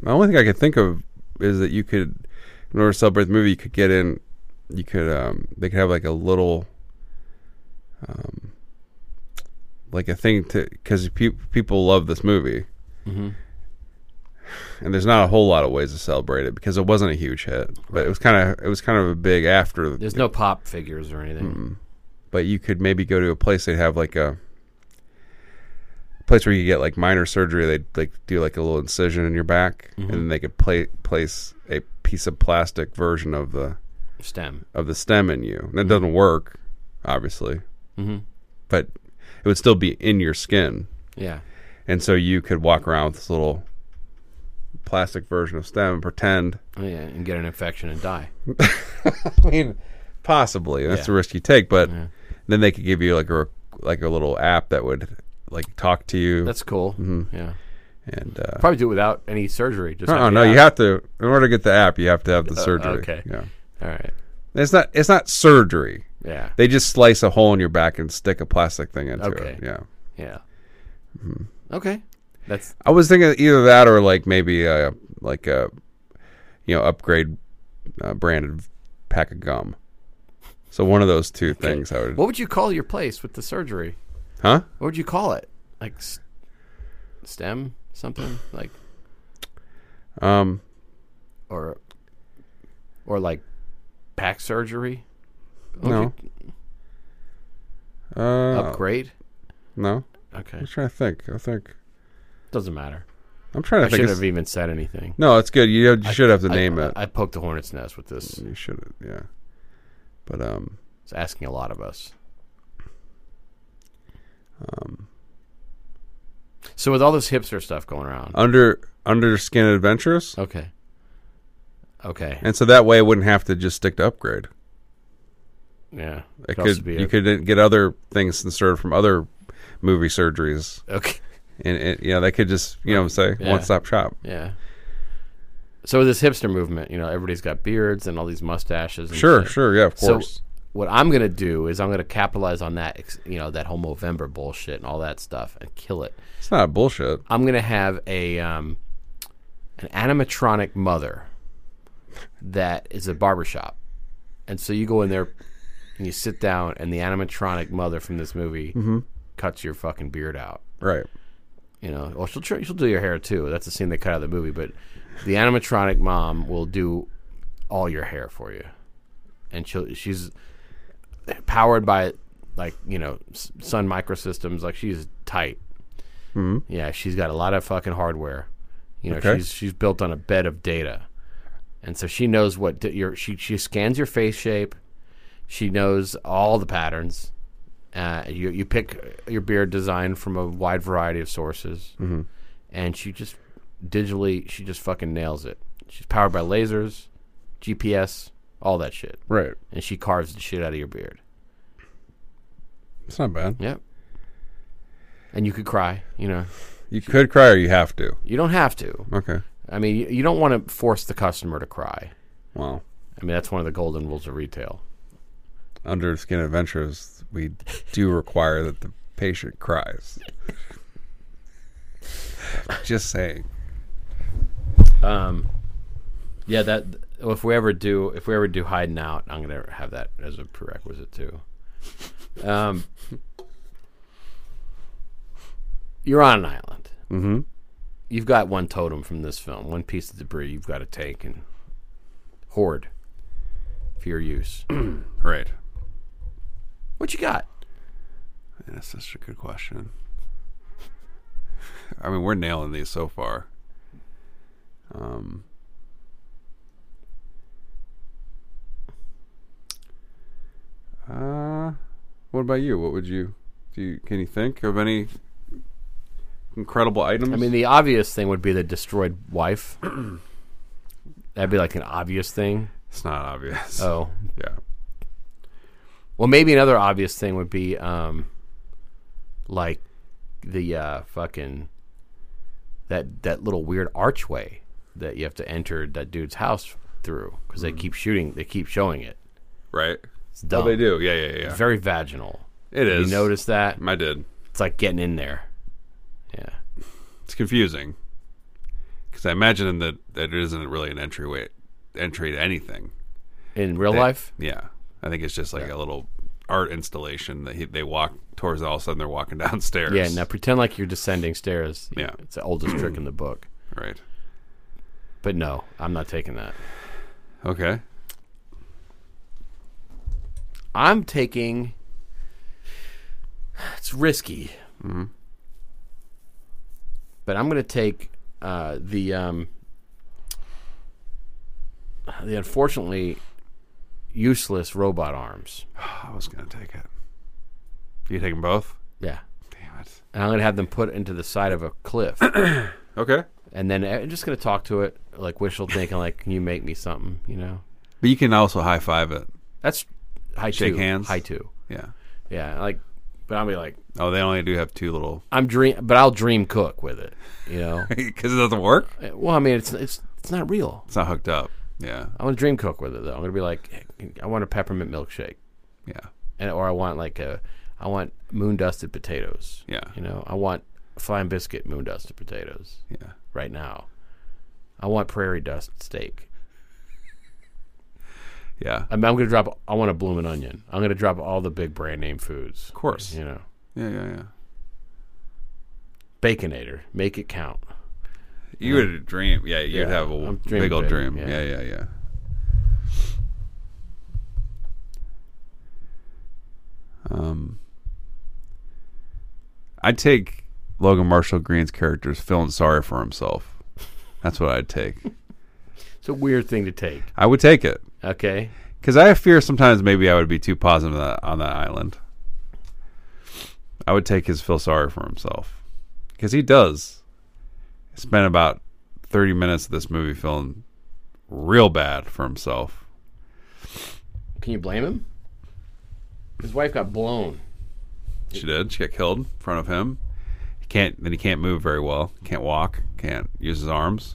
S4: The only thing I could think of is that you could, in order to celebrate the movie, you could get in. You could, um, they could have like a little, um, like a thing to because pe- people love this movie, and there's not a whole lot of ways to celebrate it because it wasn't a huge hit, but it was kind of it was kind of a big after
S3: There's no pop figures or anything.
S4: but you could maybe go to a place they'd have like a place where you get like minor surgery they'd like do like a little incision in your back and then they could pla place a piece of plastic version of the
S3: STEM.
S4: of the stem in you and it doesn't work obviously but it would still be in your skin
S3: Yeah.
S4: and so you could walk around with this little plastic version of stem and pretend
S3: Oh, yeah. And get an infection and die.
S4: Mm-hmm. I mean, possibly that's
S3: Yeah.
S4: the risk you take, but then they could give you like a like a little app that would like talk to you
S3: That's cool. Yeah.
S4: and. Uh,
S3: Probably do it without any surgery. Just
S4: Mm-hmm. Oh
S3: have
S4: no!
S3: the app.
S4: You
S3: Uh,
S4: have to in order to get the app. You have to have the surgery.
S3: okay.
S4: Yeah.
S3: All right.
S4: It's not. It's not surgery.
S3: Yeah.
S4: They just slice a hole in your back and stick a plastic thing into
S3: Okay.
S4: it. Yeah.
S3: Yeah.
S4: Mm-hmm.
S3: Okay. That's
S4: I was thinking either that or like maybe a like a you know upgrade uh, branded pack of gum. So one of those two things. I would.
S3: what would you call your place with the surgery?
S4: huh?
S3: What would you call it? Like s- STEM something like
S4: Um.
S3: or or like back surgery What
S4: No.
S3: would you-
S4: Uh,
S3: upgrade.
S4: No.
S3: Okay,
S4: I'm trying to think. I think
S3: doesn't matter.
S4: I'm trying to
S3: I
S4: think.
S3: shouldn't
S4: it's-
S3: have even said anything.
S4: No, it's good. You, you should have to
S3: I-
S4: name
S3: I,
S4: it.
S3: I poked the hornet's nest with this.
S4: you should. Yeah. But um,
S3: It's asking a lot of us. Um. So with all this hipster stuff going around,
S4: under under skin adventures,
S3: okay, okay,
S4: and so that way I wouldn't have to just stick to upgrade.
S3: Yeah.
S4: It
S3: also
S4: could
S3: be
S4: you
S3: a-
S4: could get other things inserted from other movie surgeries,
S3: Okay.
S4: and it, you know they could just you know what I'm saying
S3: Yeah.
S4: one stop shop.
S3: Yeah. So this hipster movement, you know, everybody's got beards and all these mustaches. And
S4: Sure,
S3: shit.
S4: sure, yeah, of
S3: So
S4: course.
S3: what I'm gonna do is I'm gonna capitalize on that, ex- you know, that whole Movember bullshit and all that stuff and kill it.
S4: it's not bullshit.
S3: I'm gonna have a um, an animatronic mother that is a barbershop, and so you go in there and you sit down, and the animatronic mother from this movie
S4: Mm-hmm.
S3: cuts your fucking beard out.
S4: Right.
S3: You know, well she'll tr- she'll do your hair too. That's the scene they cut out of the movie, but the animatronic mom will do all your hair for you, and she'll she's powered by like you know S- Sun Microsystems. Like she's tight. Mm-hmm. Yeah, she's got a lot of fucking hardware. You know,
S4: Okay.
S3: she's she's built on a bed of data, and so she knows what d- your she she scans your face shape. She knows all the patterns. Uh, you you pick your beard design from a wide variety of sources, and she just digitally she just fucking nails it. She's powered by lasers, GPS, all that shit,
S4: Right.
S3: and she carves the shit out of your beard.
S4: It's not bad.
S3: Yep. And you could cry, you know.
S4: You could cry or you have to.
S3: You don't have to.
S4: Okay.
S3: I mean, you, you don't want to force the customer to cry.
S4: Well,
S3: I mean, that's one of the golden rules of retail.
S4: under Skin Adventures, we do require that the patient cries. Just saying.
S3: Yeah, that if we ever do if we ever do hiding out, I'm gonna have that as a prerequisite too. Um, you're on an island. Mm-hmm. You've got one totem from this film, one piece of debris you've got to take and hoard for your use.
S4: Right.
S3: what you got?
S4: Yeah, that's such a good question. I mean, we're nailing these so far. Um, uh, what about you? What would you do? You, can you think of any incredible items?
S3: I mean, the obvious thing would be the destroyed wife. That'd be like an obvious thing.
S4: it's not obvious.
S3: Oh,
S4: yeah.
S3: Well, maybe another obvious thing would be um, like the uh, fucking that that little weird archway that you have to enter that dude's house through because they keep shooting, they keep showing it.
S4: Right.
S3: It's
S4: Mm-hmm. Oh,
S3: dumb.
S4: they do. Yeah, yeah, yeah.
S3: It's very vaginal.
S4: It
S3: You
S4: is.
S3: notice that?
S4: I did.
S3: It's like getting in there. Yeah.
S4: It's confusing because I imagine that that it isn't really an entryway, entry to anything.
S3: In real life,
S4: Yeah, I think it's just like a little art installation that he, they walk towards. All of a sudden, they're walking downstairs.
S3: yeah. Now pretend like you're descending stairs.
S4: Yeah.
S3: It's the oldest trick in the book.
S4: right.
S3: But no, I'm not taking that.
S4: Okay.
S3: I'm taking. It's risky.
S4: Mm-hmm.
S3: But I'm going to take uh, the um, the unfortunately useless robot arms.
S4: Oh, I was gonna take it. You take them both?
S3: Yeah,
S4: Damn it.
S3: and I'm going to have them put into the side of a cliff,
S4: Okay.
S3: and then uh, I'm just going to talk to it like wishful thinking, like, "Can you make me something?" You know,
S4: But you can also high five it.
S3: that's high
S4: Shake
S3: two,
S4: hands?
S3: high two.
S4: Yeah.
S3: Yeah, like, but I'll be like,
S4: Oh, they only do have two little
S3: I'm dream, but I'll dream cook with it. You know.
S4: because it doesn't work.
S3: Uh, Well, I mean, it's it's it's not real.
S4: It's not hooked up. Yeah.
S3: I want to dream cook with it though. I'm gonna be like, "Hey, I want a peppermint milkshake,
S4: Yeah.
S3: and or I want like a, I want moon dusted potatoes.
S4: Yeah.
S3: you know, I want flying biscuit moon dusted potatoes
S4: Yeah.
S3: right now. I want prairie dust steak.
S4: Yeah.
S3: I mean, I'm gonna drop. I want a bloomin' onion. I'm gonna drop all the big brand name foods. Of
S4: course.
S3: you know,
S4: Yeah. Yeah. Yeah.
S3: baconator, make it count.
S4: You would dream. Yeah. You'd
S3: Yeah,
S4: have a
S3: I'm dreaming
S4: big old
S3: big,
S4: dream.
S3: yeah.
S4: Yeah. Yeah. Yeah. Um, I'd take Logan Marshall Green's character's feeling sorry for himself. That's what I'd take.
S3: It's a weird thing to take.
S4: I would take it
S3: Okay,
S4: because I fear sometimes maybe I would be too positive on that, on that island. I would take his feel sorry for himself because he does spend about 30 minutes of this movie feeling real bad for himself.
S3: can you blame him? His wife got blown.
S4: She did. She got killed in front of him. He can't. Then he can't move very well. Can't walk. Can't use his arms.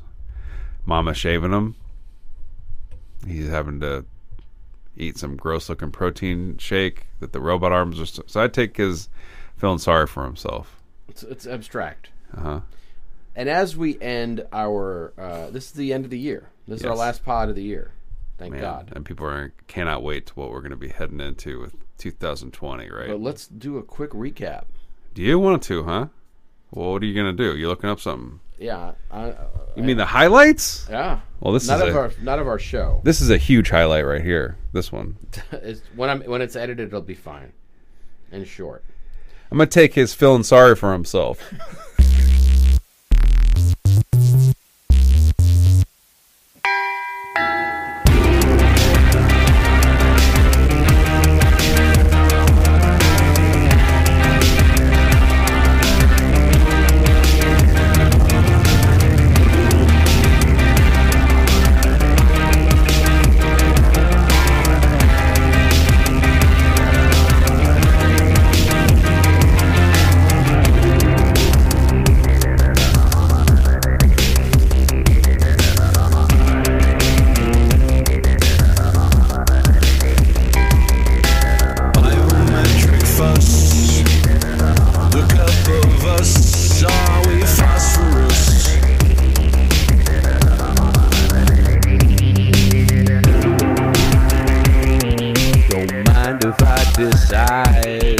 S4: Mama shaving him. He's having to eat some gross looking protein shake that the robot arms are. So, so I take his feeling sorry for himself.
S3: It's, it's abstract.
S4: Uh-huh.
S3: And as we end our, uh, this is the end of the year. This is our
S4: Yes.
S3: last pod of the year. Thank
S4: Man,
S3: God.
S4: and people are, cannot wait to what we're going to be heading into with 2020, right?
S3: But let's do a quick recap.
S4: Do you want to, huh? Well, what are you going to do? You looking up something?
S3: Yeah, I, uh,
S4: You mean the highlights?
S3: yeah.
S4: Well, this
S3: none
S4: is
S3: of
S4: a-
S3: our none of our show.
S4: This is a huge highlight right here. This one.
S3: It's, when I'm when it's edited, it'll be fine and short.
S4: I'm gonna take his feeling sorry for himself.
S5: Biometric fuss. Look above us. Are we phosphorus? Don't mind if I decide.